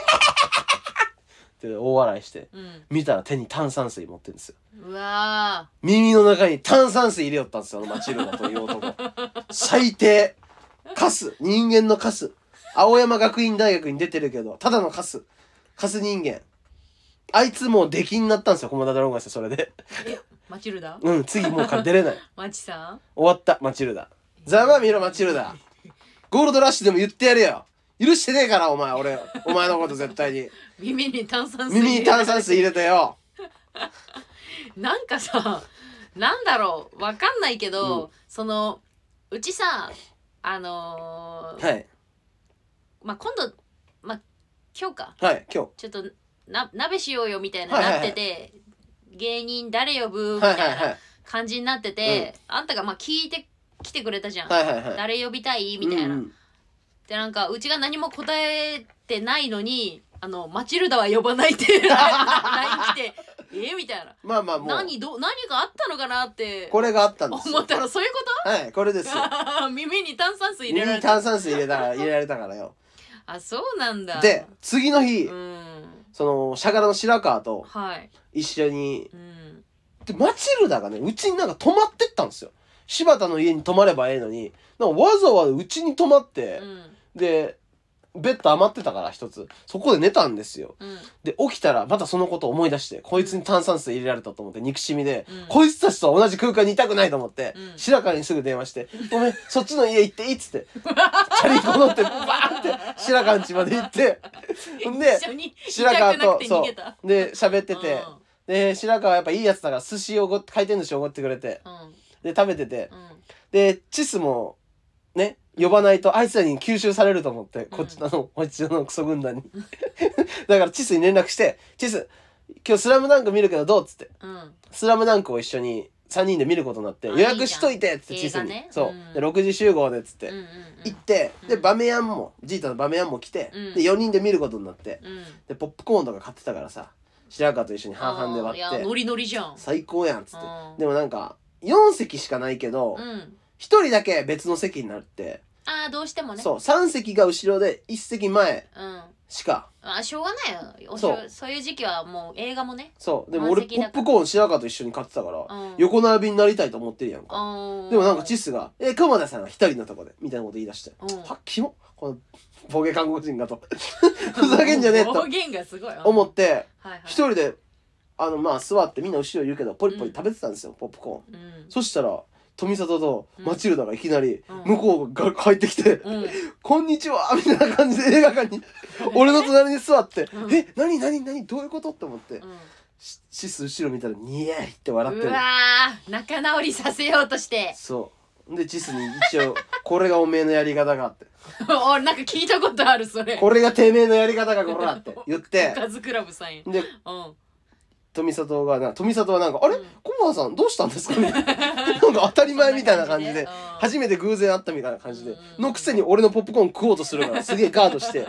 Speaker 2: て大笑いして
Speaker 1: うん
Speaker 2: 見たら手に炭酸水持ってるんですよ
Speaker 1: うわ
Speaker 2: 耳の中に炭酸水入れよったんですよあの町田という男最低カス人間のカス青山学院大学に出てるけどただのカスカス人間あいつもう出禁になったんですよ駒田ドラゴンさんそれで
Speaker 1: ーえマチルダ
Speaker 2: うん次もうから出れない
Speaker 1: マチさん
Speaker 2: 終わったマチルダざまあ見ろマチルダゴールドラッシュでも言ってやれよ許してねえからお前俺お前のこと絶 対に
Speaker 1: 耳に炭酸水
Speaker 2: 耳に炭酸水入れてよ
Speaker 1: なんかさなんだろうわかんないけど、
Speaker 2: う
Speaker 1: そのうちさあのー
Speaker 2: はい
Speaker 1: まあ今度まあ今日か
Speaker 2: はい今日
Speaker 1: ちょっとな鍋しようよみたいな
Speaker 2: はいはい
Speaker 1: なっ
Speaker 2: はい
Speaker 1: てて、芸人誰呼ぶみ
Speaker 2: は
Speaker 1: た
Speaker 2: い
Speaker 1: い
Speaker 2: はいは
Speaker 1: ない感じになってて、あんたがまあ聞いて来てくれたじゃん、
Speaker 2: はいはいはい
Speaker 1: 誰呼びたいみたいな、
Speaker 2: うんうん
Speaker 1: でなんかうちが何も答えてないのにあのマチルダは呼ばないって LINE 来てえみたいな
Speaker 2: まあまあもう
Speaker 1: 何ど何があったのかなって
Speaker 2: これがあったんですよ
Speaker 1: 思ったらそういうこ
Speaker 2: はいこれですよ
Speaker 1: と耳に炭酸水入
Speaker 2: 耳
Speaker 1: れられ
Speaker 2: に
Speaker 1: た
Speaker 2: 炭酸水入れたら入れられたか らよ
Speaker 1: あそうなんだ
Speaker 2: で次の日
Speaker 1: うん
Speaker 2: そのシャガラの白川と
Speaker 1: はい
Speaker 2: 一緒に
Speaker 1: うん
Speaker 2: でマチルダがねうちになんか泊まってったんですよ柴田の家に泊まればええのになんかわざわざうちに泊まって、
Speaker 1: うん
Speaker 2: でベッド余ってたから一つそこで寝たんですよ
Speaker 1: うん
Speaker 2: で起きたらまたそのことを思い出してこいつに炭酸水入れられたと思って憎しみで、
Speaker 1: うん
Speaker 2: こいつたちと同じ空間にいたくないと思って、
Speaker 1: うん
Speaker 2: 白川にすぐ電話して「ごめんそっちの家行っていい」っ つってチャリコ乗ってバーンって白川ん家まで行ってほん で
Speaker 1: 一緒に
Speaker 2: 白川
Speaker 1: 痛くなく
Speaker 2: と
Speaker 1: て逃
Speaker 2: そ
Speaker 1: げた
Speaker 2: うで喋ってて、で白川はやっぱいいやつだから寿司をおごって回転寿司をおごってくれて
Speaker 1: うんうん
Speaker 2: で食べてて
Speaker 1: うん
Speaker 2: でチスもね呼ばないとあいつらに吸収されると思ってこっち
Speaker 1: うん
Speaker 2: あのこっちのクソ軍団に だからチスに連絡して「チス今日スラムダンク見るけどどう?」っつって
Speaker 1: うん
Speaker 2: 「スラムダンクを一緒に3人で見ることになって
Speaker 1: あ
Speaker 2: 予約しといて」っつって
Speaker 1: いい
Speaker 2: チ
Speaker 1: じ
Speaker 2: ス
Speaker 1: ゃん
Speaker 2: に、
Speaker 1: 映画ね
Speaker 2: そう
Speaker 1: うん
Speaker 2: で6時集合でっつって、
Speaker 1: うんうん
Speaker 2: 行ってで
Speaker 1: うん
Speaker 2: バメヤンもジータのバメヤンも来て、
Speaker 1: うん
Speaker 2: で4人で見ることになって
Speaker 1: うんうん
Speaker 2: でポップコーンとか買ってたからさ白川と一緒に半々で割
Speaker 1: あーいや
Speaker 2: っ
Speaker 1: ノ
Speaker 2: て
Speaker 1: リノリじゃん
Speaker 2: 最高やんっつって
Speaker 1: うん
Speaker 2: でもなんか4席しかないけど、
Speaker 1: うん
Speaker 2: 一人だけ別の席になって、
Speaker 1: あーどうしてもね
Speaker 2: そう3席が後ろで1席前
Speaker 1: うん
Speaker 2: しか
Speaker 1: あしょうがないよおし
Speaker 2: そ
Speaker 1: ょ
Speaker 2: う
Speaker 1: そういう時期はもう映画もね
Speaker 2: そうでも俺
Speaker 1: 満
Speaker 2: ポ
Speaker 1: 席だ
Speaker 2: ッ
Speaker 1: から
Speaker 2: プコーン白川と一緒に買ってたから、
Speaker 1: うん
Speaker 2: 横並びになりたいと思ってるやんか、
Speaker 1: で
Speaker 2: でもなんかチスが「え熊田さんは一人のとこで」みたいなこと言い出して「
Speaker 1: うん
Speaker 2: はっキモこのボケ看護人 が」と「ふざけんじゃねえ」
Speaker 1: 方
Speaker 2: と
Speaker 1: 言がすごい
Speaker 2: 思って
Speaker 1: はいはい
Speaker 2: 一人であのまあ座ってみんな後ろいるけどポリポリ食べてたんですよ、ポップコーン
Speaker 1: うん
Speaker 2: そしたら富里とマチルダがいきなり
Speaker 1: うん
Speaker 2: 向こうが入ってきて、
Speaker 1: うん
Speaker 2: こんにちはみたいな感じで映画館に、俺の隣に座って、
Speaker 1: うん
Speaker 2: え、なになになにどういうことって思って
Speaker 1: う、ん
Speaker 2: しシス後ろ見たらニヤリって笑って
Speaker 1: う
Speaker 2: る。
Speaker 1: わー仲直りさせようとして
Speaker 2: そう。で、チスに一応、これがおめえのやり方かって、
Speaker 1: おなんか聞いたことあるそれ
Speaker 2: これがてめえのやり方かこ らって言っ
Speaker 1: お
Speaker 2: て、
Speaker 1: かずクラブさんや
Speaker 2: で、
Speaker 1: うん
Speaker 2: 富里がな、富里はなんか、あれ
Speaker 1: うん
Speaker 2: コバさんどうしたんですかみたいな。なんか当たり前みたいな感じ
Speaker 1: そんな
Speaker 2: で、
Speaker 1: 感じ
Speaker 2: 初めて偶然会ったみたいな感じ
Speaker 1: う
Speaker 2: で
Speaker 1: んうん、うん
Speaker 2: のくせに俺のポップコーン食おうとするから、すげえガード して。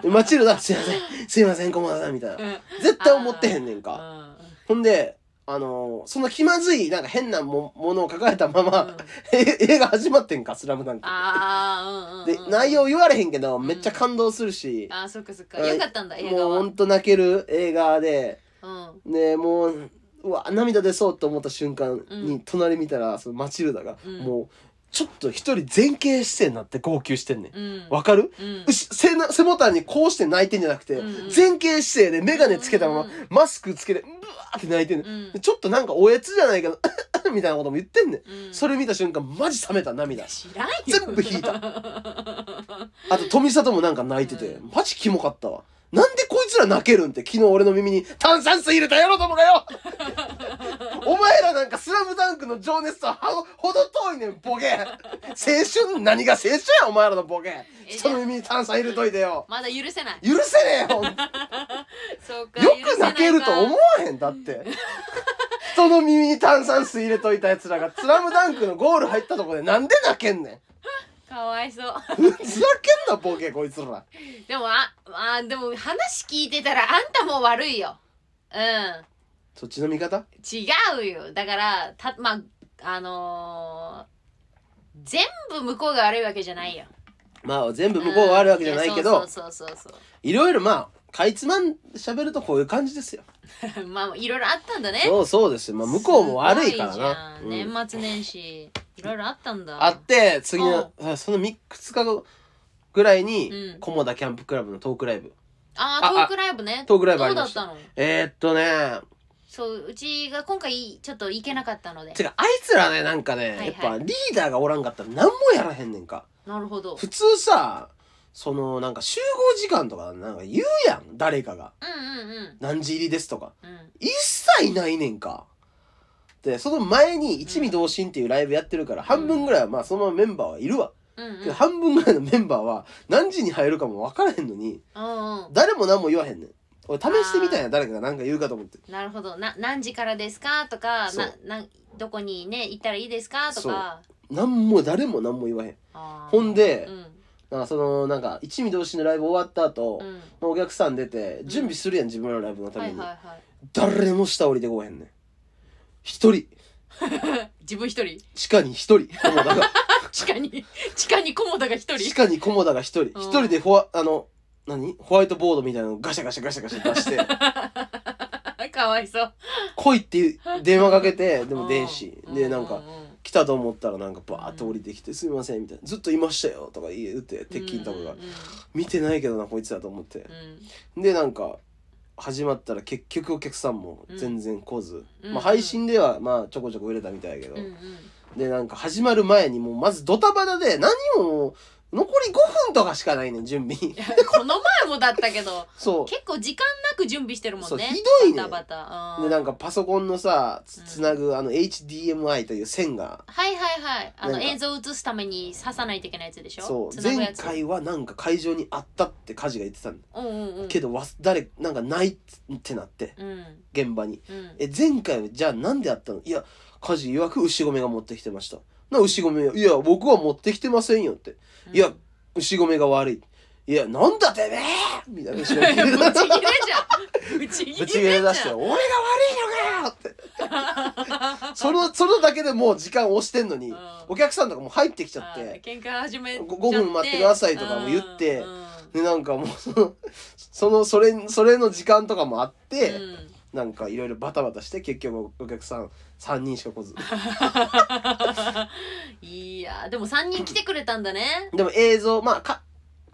Speaker 2: でマチルダ、すいません、すいません、コマさん、みたいな。
Speaker 1: うん
Speaker 2: 絶対思ってへんねんか。
Speaker 1: うん
Speaker 2: ほんで、あのーその気まずいなんか変なもものを抱えたまま、
Speaker 1: うん
Speaker 2: 映画始まってんか「スラムダンク
Speaker 1: ああ、うんうん
Speaker 2: で
Speaker 1: うん、
Speaker 2: 内容言われへんけどめっちゃ感動するし、
Speaker 1: あーそっかそっか
Speaker 2: うん
Speaker 1: よかったんだ映画
Speaker 2: もう
Speaker 1: は
Speaker 2: ほ
Speaker 1: うん
Speaker 2: んと泣ける映画で
Speaker 1: うん
Speaker 2: ねもううわ涙出そうと思った瞬間に、
Speaker 1: うん
Speaker 2: 隣見たらそのマチルダが、
Speaker 1: うん
Speaker 2: もうちょっと一人前傾姿勢になって号泣してんねん
Speaker 1: うん
Speaker 2: わ、かる
Speaker 1: うん
Speaker 2: うし背な背もたれにこうして泣いてんじゃなくて、
Speaker 1: うんうん
Speaker 2: 前傾姿勢で眼鏡つけたまま、
Speaker 1: うんうん
Speaker 2: マスクつけてブワーって泣いてんねん
Speaker 1: うん
Speaker 2: でちょっとなんかおやつじゃないかな みたいなことも言ってんねん、
Speaker 1: うん
Speaker 2: それ見た瞬間マジ冷めた涙
Speaker 1: 知らんよ
Speaker 2: 全部引いたあと富里もなんか泣いてて、
Speaker 1: う
Speaker 2: マジキモかったわなんでこいつら泣けるんって昨日俺の耳に炭酸水入れたやろともが よお前らなんかスラムダンクの情熱とはほど遠いねんボケ青春何が青春やお前らのボケ人の耳に炭酸入れといてよ
Speaker 1: まだ許せない
Speaker 2: 許せねえよほんと
Speaker 1: そうか
Speaker 2: よく泣けると思
Speaker 1: う
Speaker 2: わへんだって人の耳に炭酸水入れといたやつらが「スラムダンクのゴール入ったとこでなんで泣けんねん
Speaker 1: かわいそう
Speaker 2: ふざけんなボケこいつら
Speaker 1: でもああでも話聞いてたらあんたも悪いようん
Speaker 2: そっちの味方
Speaker 1: 違うよだからたまああのー全部向こうが悪いわけじゃないよ
Speaker 2: まあ全部向こうが悪いわけじゃない
Speaker 1: う
Speaker 2: け
Speaker 1: ん
Speaker 2: ど
Speaker 1: やそうそうそうそう
Speaker 2: いろいろまあかいつまんしゃべるとこういう感じですよ
Speaker 1: そう まあいろいろあったんだね
Speaker 2: そうそうですよ、まあ、向こうも悪いからな
Speaker 1: すごいじゃん
Speaker 2: うん
Speaker 1: 年末年始いろいろあったんだ
Speaker 2: あって次のあその3日後ぐらいに
Speaker 1: うん
Speaker 2: 菰田キャンプクラブのトークライブ
Speaker 1: あ
Speaker 2: あ
Speaker 1: ートークライブね
Speaker 2: トークライブありました
Speaker 1: どうだったの
Speaker 2: えー、っとね
Speaker 1: そううちが今回ちょっと行けなかったので
Speaker 2: てかあいつらねなんかね、
Speaker 1: いはい
Speaker 2: やっぱリーダーがおらんかったら何もやらへんねんか
Speaker 1: なるほど
Speaker 2: 普通さそのなんか集合時間とかなんか言うやん誰かが
Speaker 1: うんうんうん
Speaker 2: 何時入りですとか
Speaker 1: うん
Speaker 2: 一切ないねんかでその前に一味同心っていうライブやってるから、半分ぐらいはまあそのままメンバーはいるわ、
Speaker 1: うん
Speaker 2: けど半分ぐらいのメンバーは何時に入るかも分からへんのに
Speaker 1: うんうん
Speaker 2: 誰も何も言わへんねん俺試してみたんや誰かが何か言うかと思って
Speaker 1: なるほどな何時からですかとか
Speaker 2: そ
Speaker 1: な
Speaker 2: う
Speaker 1: などこにね行ったらいいですかとか
Speaker 2: 何も誰も何も言わへん
Speaker 1: あー
Speaker 2: ほんで
Speaker 1: うん
Speaker 2: なんかそのなんか一味同心のライブ終わった後、
Speaker 1: うん
Speaker 2: もうお客さん出て準備するやん自分らのライブのた
Speaker 1: は
Speaker 2: め
Speaker 1: い
Speaker 2: に、
Speaker 1: はいはい
Speaker 2: 誰も下降りてこうへんねん一人
Speaker 1: 自分一人
Speaker 2: 地下に一人菰田が
Speaker 1: 地下に 地下に菰田が一
Speaker 2: 地
Speaker 1: 人
Speaker 2: 下に菰田が一人一人でホワあの何ホワイトボードみたいなのをガシャガシャガシャガシャ出し て
Speaker 1: かわいそう
Speaker 2: 来いっていう電話かけてでも電子
Speaker 1: うん
Speaker 2: でなん
Speaker 1: う
Speaker 2: か
Speaker 1: うう
Speaker 2: 来たと思ったらなんかバーって降りてきて「すいません」みたいな「ずっといましたよ」とか言って鉄筋とかが
Speaker 1: うんうん
Speaker 2: 「見てないけどなこいつだ」と思って
Speaker 1: うん
Speaker 2: でなんか始まったら結局お客さんも全然来ず、
Speaker 1: うん
Speaker 2: まあ、配信ではまあちょこちょこ売れたみたいやけど、
Speaker 1: うんうん
Speaker 2: でなんか始まる前にもうまずドタバタで何ももう残り5分とかしかないねん準備 に
Speaker 1: この前もだったけど
Speaker 2: そう
Speaker 1: 結構時間なく準備してるもんね
Speaker 2: そうひどいね
Speaker 1: バタバタ
Speaker 2: でなん
Speaker 1: か
Speaker 2: かパソコンのさつ
Speaker 1: うん
Speaker 2: つなぐあの HDMI という線が、
Speaker 1: はいはいはいあ
Speaker 2: な
Speaker 1: の
Speaker 2: んか
Speaker 1: 映像映すために刺さないといけないやつでしょ
Speaker 2: そう
Speaker 1: つなぐや
Speaker 2: 前
Speaker 1: つ
Speaker 2: 回はなんか会場にあったって家事が言ってたんだ
Speaker 1: うんうんうん
Speaker 2: けどわす誰なんかないってなって
Speaker 1: うん
Speaker 2: 現場に
Speaker 1: うん
Speaker 2: え前回はじゃあなんであったのいや家事曰く牛込が持ってきてましたな牛込がいや僕は持ってきてませんよっていや牛込が悪いいやなんだてめえみたいな後
Speaker 1: ぶ
Speaker 2: ろ
Speaker 1: ち切
Speaker 2: に
Speaker 1: れ じゃんぶ
Speaker 2: ぶ
Speaker 1: ち
Speaker 2: ち
Speaker 1: 切
Speaker 2: 切れ
Speaker 1: れじゃ
Speaker 2: 出
Speaker 1: ん
Speaker 2: して「俺が悪いのか!」ってそのそのだけでもう時間押してんのに、
Speaker 1: うん
Speaker 2: お客さんとかも入ってきちゃっ
Speaker 1: あー
Speaker 2: て
Speaker 1: 喧嘩始めちゃって
Speaker 2: ごご分待ってくださいとかも言っ
Speaker 1: う
Speaker 2: て
Speaker 1: んうん
Speaker 2: でなんかもうそのそのそれそれの時間とかもあって、
Speaker 1: うん
Speaker 2: なんかいろいろバタバタして結局お客さん3人しか来ず
Speaker 1: いやーでも3人来てくれたんだね
Speaker 2: でも映像まあか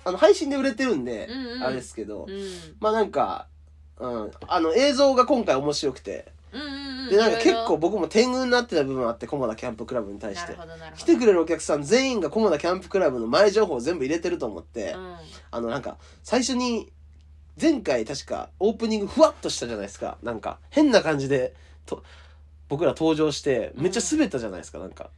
Speaker 2: あの配信で売れてるんで、
Speaker 1: うんうん
Speaker 2: あれですけど、
Speaker 1: うんうん
Speaker 2: まあなんか、うん、あの映像が今回面白くて
Speaker 1: うんうん
Speaker 2: でなんか
Speaker 1: いろい
Speaker 2: 結
Speaker 1: ろ
Speaker 2: 構僕も天狗になってた部分あって駒田キャンプクラブに対し
Speaker 1: な
Speaker 2: て
Speaker 1: るほどなるほど
Speaker 2: 来てくれるお客さん全員が駒田キャンプクラブの前情報を全部入れてると思って、
Speaker 1: うん
Speaker 2: あのなんか最初に前回確かオープニングふわっとしたじゃないですかなんか変な感じでと僕ら登場してめっちゃ滑ったじゃないですか、なんか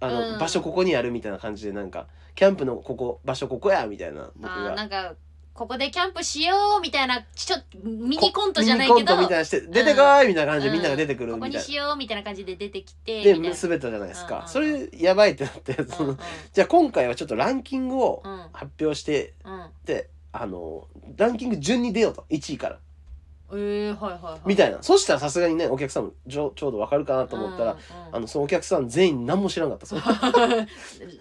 Speaker 2: あの、
Speaker 1: うん
Speaker 2: 場所ここにあるみたいな感じでなんかキャンプのここ場所ここやみたいな僕
Speaker 1: あーな
Speaker 2: が
Speaker 1: んかここでキャンプしようみたいなちょっとミニコントじゃない
Speaker 2: ミ
Speaker 1: け
Speaker 2: ニコ
Speaker 1: ど
Speaker 2: ントみたいなして出てこいみたいな感じ
Speaker 1: う
Speaker 2: でみんなが出てくる
Speaker 1: ここ
Speaker 2: み
Speaker 1: に
Speaker 2: たい
Speaker 1: しようみたいな感じで出てきて
Speaker 2: な、で
Speaker 1: みたいな
Speaker 2: 滑ったじゃないですか、
Speaker 1: うん
Speaker 2: それやばいってなってその、じゃあ今回はちょっとランキングを
Speaker 1: うんうん
Speaker 2: 発表して
Speaker 1: うん
Speaker 2: であのランキング順に出ようと1位から
Speaker 1: えー、はいはいはい
Speaker 2: みたいなそしたらさすがにねお客さんもちょちょうどわかるかなと思ったら、
Speaker 1: うんうん
Speaker 2: あのそのお客さん全員何も知らなかったそ う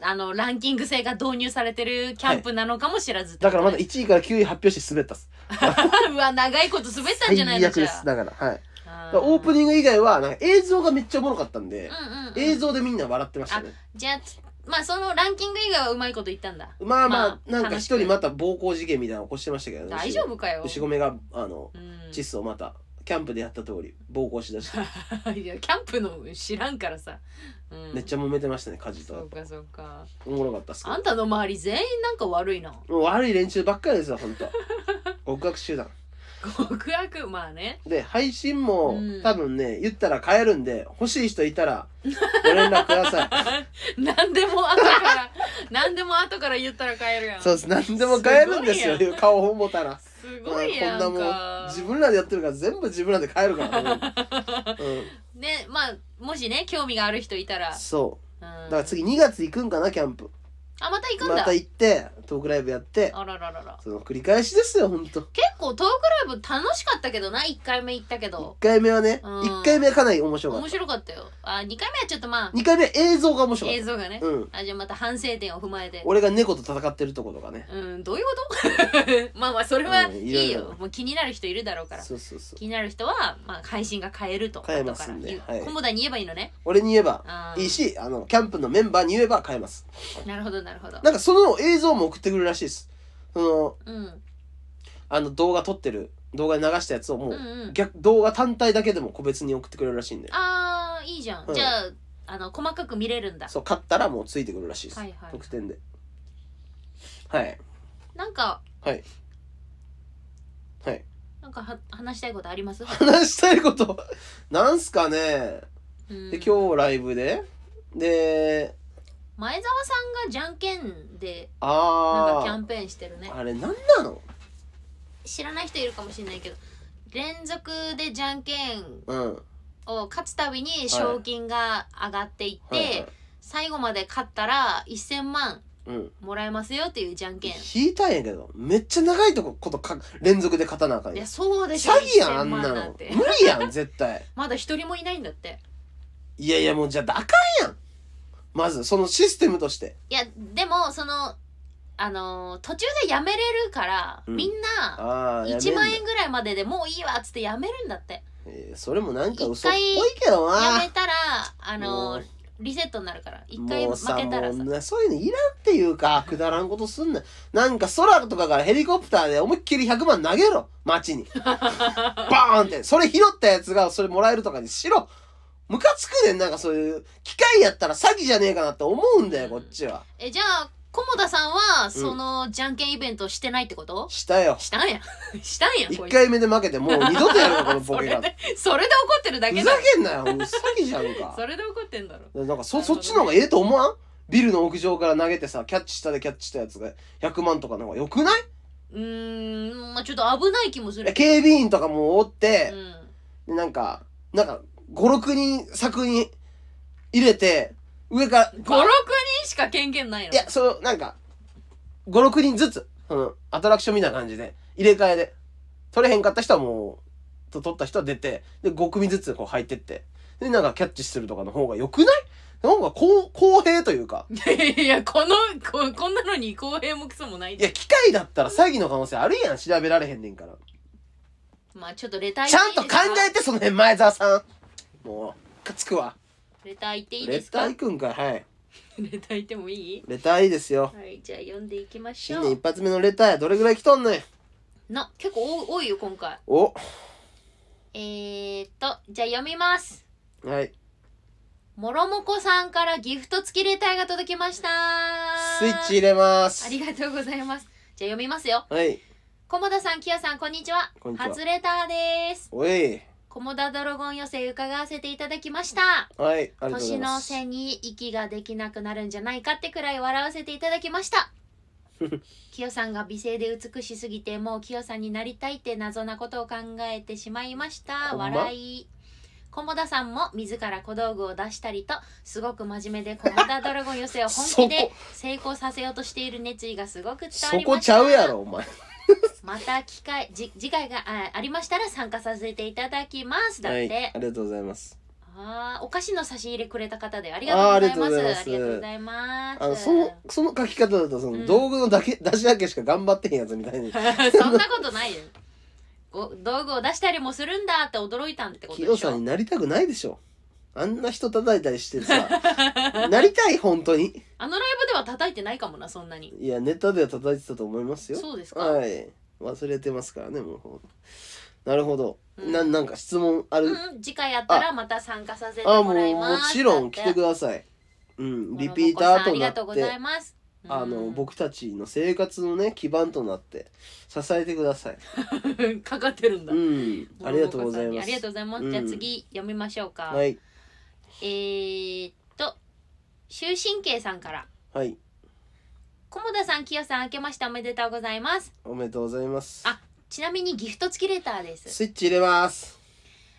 Speaker 1: あのランキング制が導入されてるキャンプなのかも知らずって
Speaker 2: だ
Speaker 1: こ
Speaker 2: か
Speaker 1: と
Speaker 2: ら
Speaker 1: ね、
Speaker 2: まだ1位から9位発表して滑ったっす
Speaker 1: うわ長いこと滑ったんじゃない
Speaker 2: 最
Speaker 1: です
Speaker 2: 悪
Speaker 1: か
Speaker 2: ですだからはいだから
Speaker 1: オ
Speaker 2: オープ
Speaker 1: ン
Speaker 2: ニング以外はなんか映像がめっちゃおもろかったんで、
Speaker 1: うんうんうん、
Speaker 2: 映像でみんな笑ってましたね
Speaker 1: じゃあつまあそのランキング以外はうまいこと言ったんだ
Speaker 2: まあまあ、
Speaker 1: まあ
Speaker 2: なんか
Speaker 1: 楽し
Speaker 2: 一
Speaker 1: く
Speaker 2: 人また暴行事件みたいなの起こしてましたけどね
Speaker 1: 大丈夫かよ
Speaker 2: 牛込があの
Speaker 1: うん、
Speaker 2: チッスをまたキャンプでやった通り暴行しだして
Speaker 1: いやキャンプの知らんからさ、うん、
Speaker 2: めっちゃ揉めてましたね家事と
Speaker 1: そうかそうか
Speaker 2: おもろかったっすけど
Speaker 1: あんたの周り全員なんか悪いな
Speaker 2: もう悪い連中ばっかりですよほんと極悪集団
Speaker 1: 極悪まあね
Speaker 2: で配信も、
Speaker 1: うん
Speaker 2: 多分ね言ったら買えるんで欲しい人いたらご連絡く ださい
Speaker 1: 何でも後から何でも後から言ったら買えるやん
Speaker 2: そうです何でも買えるんですよ
Speaker 1: すごい
Speaker 2: 顔を持たら
Speaker 1: すごいやんか
Speaker 2: こんなもん自分らでやってるから全部自分らで買えるか らね、うん、
Speaker 1: ねまあもしね興味がある人いたら、
Speaker 2: そう
Speaker 1: うん、
Speaker 2: だから次2月行くんかなキャンプ
Speaker 1: あまた行くんだ、
Speaker 2: また行ってトークライブやって
Speaker 1: あらららら
Speaker 2: その繰り返しですよほんと
Speaker 1: 結構トークライブ楽しかったけどな1回目行ったけ
Speaker 2: 1
Speaker 1: ど
Speaker 2: 回目はね、
Speaker 1: うん
Speaker 2: 一1回目はかなり面白かっ
Speaker 1: 面白かったよあ2回目はちょっとまあ
Speaker 2: た2回目は映像が面白かっ
Speaker 1: 映像がね、
Speaker 2: たうん
Speaker 1: あじゃあまた反省点を踏まえて
Speaker 2: 俺が猫と戦ってるとことかね
Speaker 1: うんどういうこと まあまあそれは
Speaker 2: うん
Speaker 1: い
Speaker 2: いろい
Speaker 1: い
Speaker 2: ろ
Speaker 1: よ、もう気になる人いるだろうから
Speaker 2: そうそうそう
Speaker 1: 気になる人は、まあ、配信が変えると
Speaker 2: 変えますん
Speaker 1: 後
Speaker 2: で
Speaker 1: から言う
Speaker 2: はい
Speaker 1: コモダに言えばいいのね
Speaker 2: 俺に言えば
Speaker 1: あー
Speaker 2: いいしあのキャンプのメンバーに言えば買えます
Speaker 1: なるほどなるほど
Speaker 2: なんかその映像も送ってくるらしいですその
Speaker 1: うん
Speaker 2: あの動画撮ってる動画で流したやつをも
Speaker 1: うんう
Speaker 2: う、
Speaker 1: ん
Speaker 2: 逆動画単体だけでも個別に送ってくれるらしいんで
Speaker 1: あーいいじゃん、
Speaker 2: うん
Speaker 1: じゃああの細かく見れるんだ
Speaker 2: そう買ったらもうついてくるらしいです、
Speaker 1: はいはい
Speaker 2: 特典ではい
Speaker 1: なんか
Speaker 2: はいはい
Speaker 1: なんかは話したいことあります、
Speaker 2: 話したいことなんすかね、
Speaker 1: うん
Speaker 2: で今日ライブでで
Speaker 1: 前澤さんがじゃんけんでなんかキャ
Speaker 2: あ
Speaker 1: ンペーンしてるね
Speaker 2: ああれなんなの
Speaker 1: 知らない人いるかもしれないけど連続でじゃんけん
Speaker 2: うん、
Speaker 1: を勝つたびに賞金が上がっていって、
Speaker 2: はいはい
Speaker 1: 最後まで勝ったら1,000万
Speaker 2: うん、
Speaker 1: もらえますよっていうじゃんけんい
Speaker 2: 引いたんやけどめっちゃ長いとこことか連続で勝たなあかんや
Speaker 1: や
Speaker 2: ん
Speaker 1: そうでしょ
Speaker 2: 詐欺やんあ
Speaker 1: 1000
Speaker 2: ん
Speaker 1: 万
Speaker 2: な
Speaker 1: な
Speaker 2: の
Speaker 1: ん
Speaker 2: 無
Speaker 1: て
Speaker 2: 理やん絶対
Speaker 1: まだ一人もいないんだって
Speaker 2: いやいやもうじゃああかんやんまずそのシステムとして
Speaker 1: いやでもそのあのー途中でやめれるから、
Speaker 2: うん
Speaker 1: みんな
Speaker 2: ああやめん
Speaker 1: 1
Speaker 2: な
Speaker 1: 万円ぐらいまででもういいわっつってやめるんだって
Speaker 2: えーそれもなんか嘘っぽいけど
Speaker 1: や
Speaker 2: な
Speaker 1: めたらあの
Speaker 2: も
Speaker 1: ー
Speaker 2: う
Speaker 1: リセットになるから一回負
Speaker 2: もうさ
Speaker 1: けたら
Speaker 2: も
Speaker 1: さ
Speaker 2: うなそういうのいらんっていうかくだらんことすんななんか空とかからヘリコプターで思いっきり100万投げろ 街にバーンってそれ拾ったやつがそれもらえるとかにしろムカつくねんなんかそういう機械やったら詐欺じゃねえかなって思うんだよこっちは
Speaker 1: えじゃあ菰田さんはそのじゃんけんイベントしてないってこと、
Speaker 2: したよ
Speaker 1: したんやしたんやこ
Speaker 2: 1
Speaker 1: いつ
Speaker 2: 回目で負け てもう二度とやるのこのボケが
Speaker 1: それでそれで怒ってるだ
Speaker 2: ふ
Speaker 1: け
Speaker 2: ざ
Speaker 1: だ
Speaker 2: けんなよもう詐欺じゃん か
Speaker 1: それで怒ってんだろ
Speaker 2: なんかそ
Speaker 1: なるほど
Speaker 2: そっ
Speaker 1: ね
Speaker 2: ちの方がええと思わんビルの屋上から投げてさキャッチしたでキャッチしたやつが100万とかの方がよくないう
Speaker 1: ーんまあちょっと危ない気もする
Speaker 2: 警備員とかもおって
Speaker 1: う、ん
Speaker 2: でなんかなんか56人柵に入れて上から
Speaker 1: 56人しか権限ないの
Speaker 2: いやそのなんか56人ずつそのアトラクションみたいな感じで入れ替えで取れへんかった人はもうと取った人は出てで5組ずつこう入ってってでなんかキャッチするとかの方がよくないなんか公公平というか
Speaker 1: いやいやこのここんなのに公平もクソもない
Speaker 2: いや機械だったら詐欺の可能性あるやん調べられへんねんから
Speaker 1: まあちょっとレター
Speaker 2: ちゃんと考え
Speaker 1: え
Speaker 2: てその辺前澤さんもうかつくわ
Speaker 1: レター言っていい
Speaker 2: レ
Speaker 1: です
Speaker 2: タ
Speaker 1: か
Speaker 2: ー
Speaker 1: レ
Speaker 2: 行くんかいはい
Speaker 1: ター言ってもいい
Speaker 2: レターいいですよ
Speaker 1: はいじゃあ読んでいきまし
Speaker 2: 新
Speaker 1: ょ
Speaker 2: 年
Speaker 1: う
Speaker 2: 一発目のレターやどれぐらい来とんねん
Speaker 1: な結構多い多いよ今回
Speaker 2: お
Speaker 1: えー、っとじゃあ読みます
Speaker 2: はい
Speaker 1: もろもこさんからギフト付きレターが届きました
Speaker 2: スイッチ入れます
Speaker 1: ありがとうございますじゃあ読みますよ
Speaker 2: はい
Speaker 1: 駒田さん、きよさん、こんにちは。
Speaker 2: こんにちは
Speaker 1: 初レターです。
Speaker 2: おい
Speaker 1: 駒田ドラゴン寄せ伺わせていただきました。
Speaker 2: はいありがとうござ
Speaker 1: 年
Speaker 2: いま
Speaker 1: の
Speaker 2: す
Speaker 1: 瀬に息ができなくなるんじゃないかってくらい笑わせていただきま した。きよさんが美声で美しすぎてもうきよさんになりたいって謎なことを考えてしまいました。
Speaker 2: ほんま
Speaker 1: 笑い。駒田さんも自ら小道具を出したりとすごく真面目で駒田ドラゴン寄せを本気
Speaker 2: そ
Speaker 1: で
Speaker 2: こ
Speaker 1: 成功させようとしている熱意がすごく伝わりまし
Speaker 2: そ
Speaker 1: た。
Speaker 2: こちゃうやろお前ます。
Speaker 1: また機会じ次回があありましたら参加させていただきますだっ
Speaker 2: は
Speaker 1: て、
Speaker 2: い、ありがとうございます。
Speaker 1: あーお菓子の差し入れくれた方でありがとうございます
Speaker 2: あーあ
Speaker 1: あ
Speaker 2: り
Speaker 1: り
Speaker 2: が
Speaker 1: が
Speaker 2: と
Speaker 1: と
Speaker 2: う
Speaker 1: うご
Speaker 2: ござ
Speaker 1: ざいます
Speaker 2: あの、その、その書き方だと、その、
Speaker 1: うん
Speaker 2: 道具のだけ、出しだけしか頑張ってへんやつみたい に。
Speaker 1: そんなことないよご道具を出したりもするんだって驚いたんってこと
Speaker 2: ヒ
Speaker 1: で
Speaker 2: ロ
Speaker 1: し
Speaker 2: さん
Speaker 1: ょ
Speaker 2: になりたくないでしょ。あんな人叩いたりしてさ、 なりたい、本当に。
Speaker 1: あのライブでは叩いてないかもなそんなに
Speaker 2: いや、ネタでは叩いてたと思いますよ。
Speaker 1: そうですか
Speaker 2: はい。忘れてますからね、もう。なるほど。
Speaker 1: うん
Speaker 2: な、なんか質問ある、
Speaker 1: うん、次回やったらまた参加させて
Speaker 2: あ、も
Speaker 1: も
Speaker 2: う、
Speaker 1: らい
Speaker 2: も
Speaker 1: ます
Speaker 2: ちろん来てく
Speaker 1: だ
Speaker 2: ださい。うん、
Speaker 1: って
Speaker 2: リピーター
Speaker 1: あ
Speaker 2: と
Speaker 1: り
Speaker 2: な
Speaker 1: がとう
Speaker 2: っ
Speaker 1: ござ
Speaker 2: て
Speaker 1: い、ます
Speaker 2: あ
Speaker 1: う
Speaker 2: の、
Speaker 1: ん
Speaker 2: 僕たちの生活のね、基盤となって、支えてください。
Speaker 1: かかってるんだ、
Speaker 2: うん、
Speaker 1: 諸岡さんに
Speaker 2: ありがとうございます。
Speaker 1: ありがとうございます、じゃあ次読みましょうか、
Speaker 2: はい、
Speaker 1: えー、っと終身刑さんから
Speaker 2: はい、
Speaker 1: 菰田さん清さん明けましておめでとうございます
Speaker 2: おめでとうございます。
Speaker 1: あちなみにギフト付きレターです、
Speaker 2: スイッチ入れます。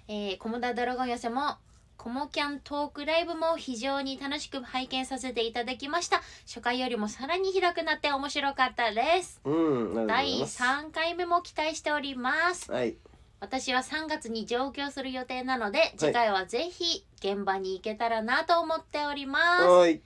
Speaker 1: えー、菰田ドラゴン寄せもコモキャントークライブも非常に楽しく拝見させていただきました初回よりもさらに広くなって面白かったです
Speaker 2: うん、ありがとうござい
Speaker 1: 第
Speaker 2: ます。
Speaker 1: 3回目も期待しております
Speaker 2: はい、
Speaker 1: 私は3月に上京する予定なので次回はぜひ現場に行けたらなと思っております、
Speaker 2: はい、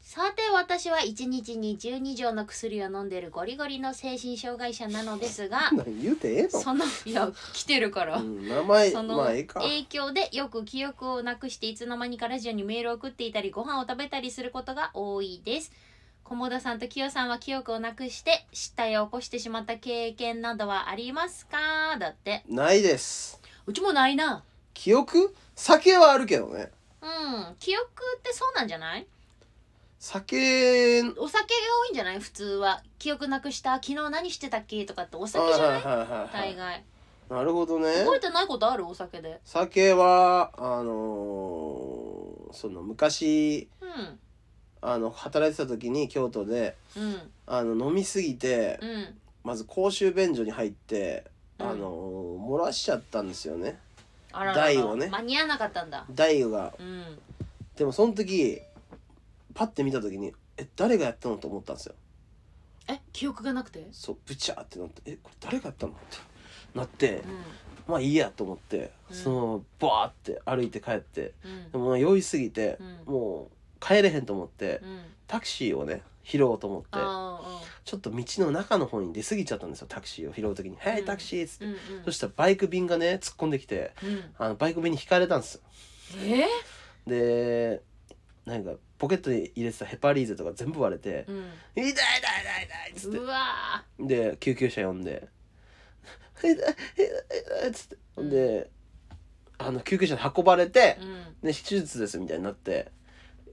Speaker 1: さて私は1日に12錠の薬を飲んでるゴリゴリの精神障害者なのですが
Speaker 2: 何言うてええの。
Speaker 1: そのいや来てるから、
Speaker 2: うん、名前、
Speaker 1: その
Speaker 2: まあ、ええか。
Speaker 1: 影響でよく記憶をなくしていつの間にかラジオにメールを送っていたりご飯を食べたりすることが多いです菰田さんと清さんは記憶をなくして失態を起こしてしまった経験などはありますかだって
Speaker 2: ないです。
Speaker 1: うちもないな
Speaker 2: 記憶、酒はあるけどね。
Speaker 1: うん記憶ってそうなんじゃない
Speaker 2: 酒。はい
Speaker 1: お酒が多いんじゃない普通は記憶なくした昨日何してたっけとかってお酒
Speaker 2: はい
Speaker 1: じゃない
Speaker 2: はい
Speaker 1: 大
Speaker 2: は
Speaker 1: 概
Speaker 2: い。なるほどね。
Speaker 1: 覚えてないことあるお酒で
Speaker 2: 酒は、あのーその昔、
Speaker 1: うん
Speaker 2: あの、働いてた時に京都で。
Speaker 1: うん
Speaker 2: あの飲みすぎて
Speaker 1: うん
Speaker 2: まず公衆便所に入って、
Speaker 1: うん
Speaker 2: あのー漏らしちゃったんですよね
Speaker 1: あららら
Speaker 2: 台をね
Speaker 1: 間に合わなかったんだ
Speaker 2: 大悟が
Speaker 1: うん
Speaker 2: でもその時パッて見た時にえ誰がやったのと思ったんですよ
Speaker 1: え記憶がなくて
Speaker 2: そうブチャーってなってえこれ誰がやったのってなって
Speaker 1: う
Speaker 2: まあいいやと思って
Speaker 1: うん
Speaker 2: そのままバーって歩いて帰って
Speaker 1: んうん
Speaker 2: でも酔いすぎて
Speaker 1: うん
Speaker 2: もう帰れへんと思って
Speaker 1: うん
Speaker 2: タクシーをね拾おうと思って
Speaker 1: あ
Speaker 2: ちょっと道の中の方に出過ぎちゃったんですよタクシーを拾う時に「へ
Speaker 1: う
Speaker 2: い
Speaker 1: ん
Speaker 2: タクシー」っつって
Speaker 1: ーうんうん
Speaker 2: そしたらバイク便がね突っ込んできて
Speaker 1: うん
Speaker 2: あのバイク便に引かれたんですよ
Speaker 1: え
Speaker 2: でなんかポケットに入れてたヘパリーゼとか全部割れて
Speaker 1: うん
Speaker 2: 「痛い痛い痛い痛い」っつって
Speaker 1: うわ
Speaker 2: で救急車呼んで「痛い痛い痛い痛い」っつってほんであの救急車に運ばれて
Speaker 1: ーうん
Speaker 2: 「で手術です」みたいになって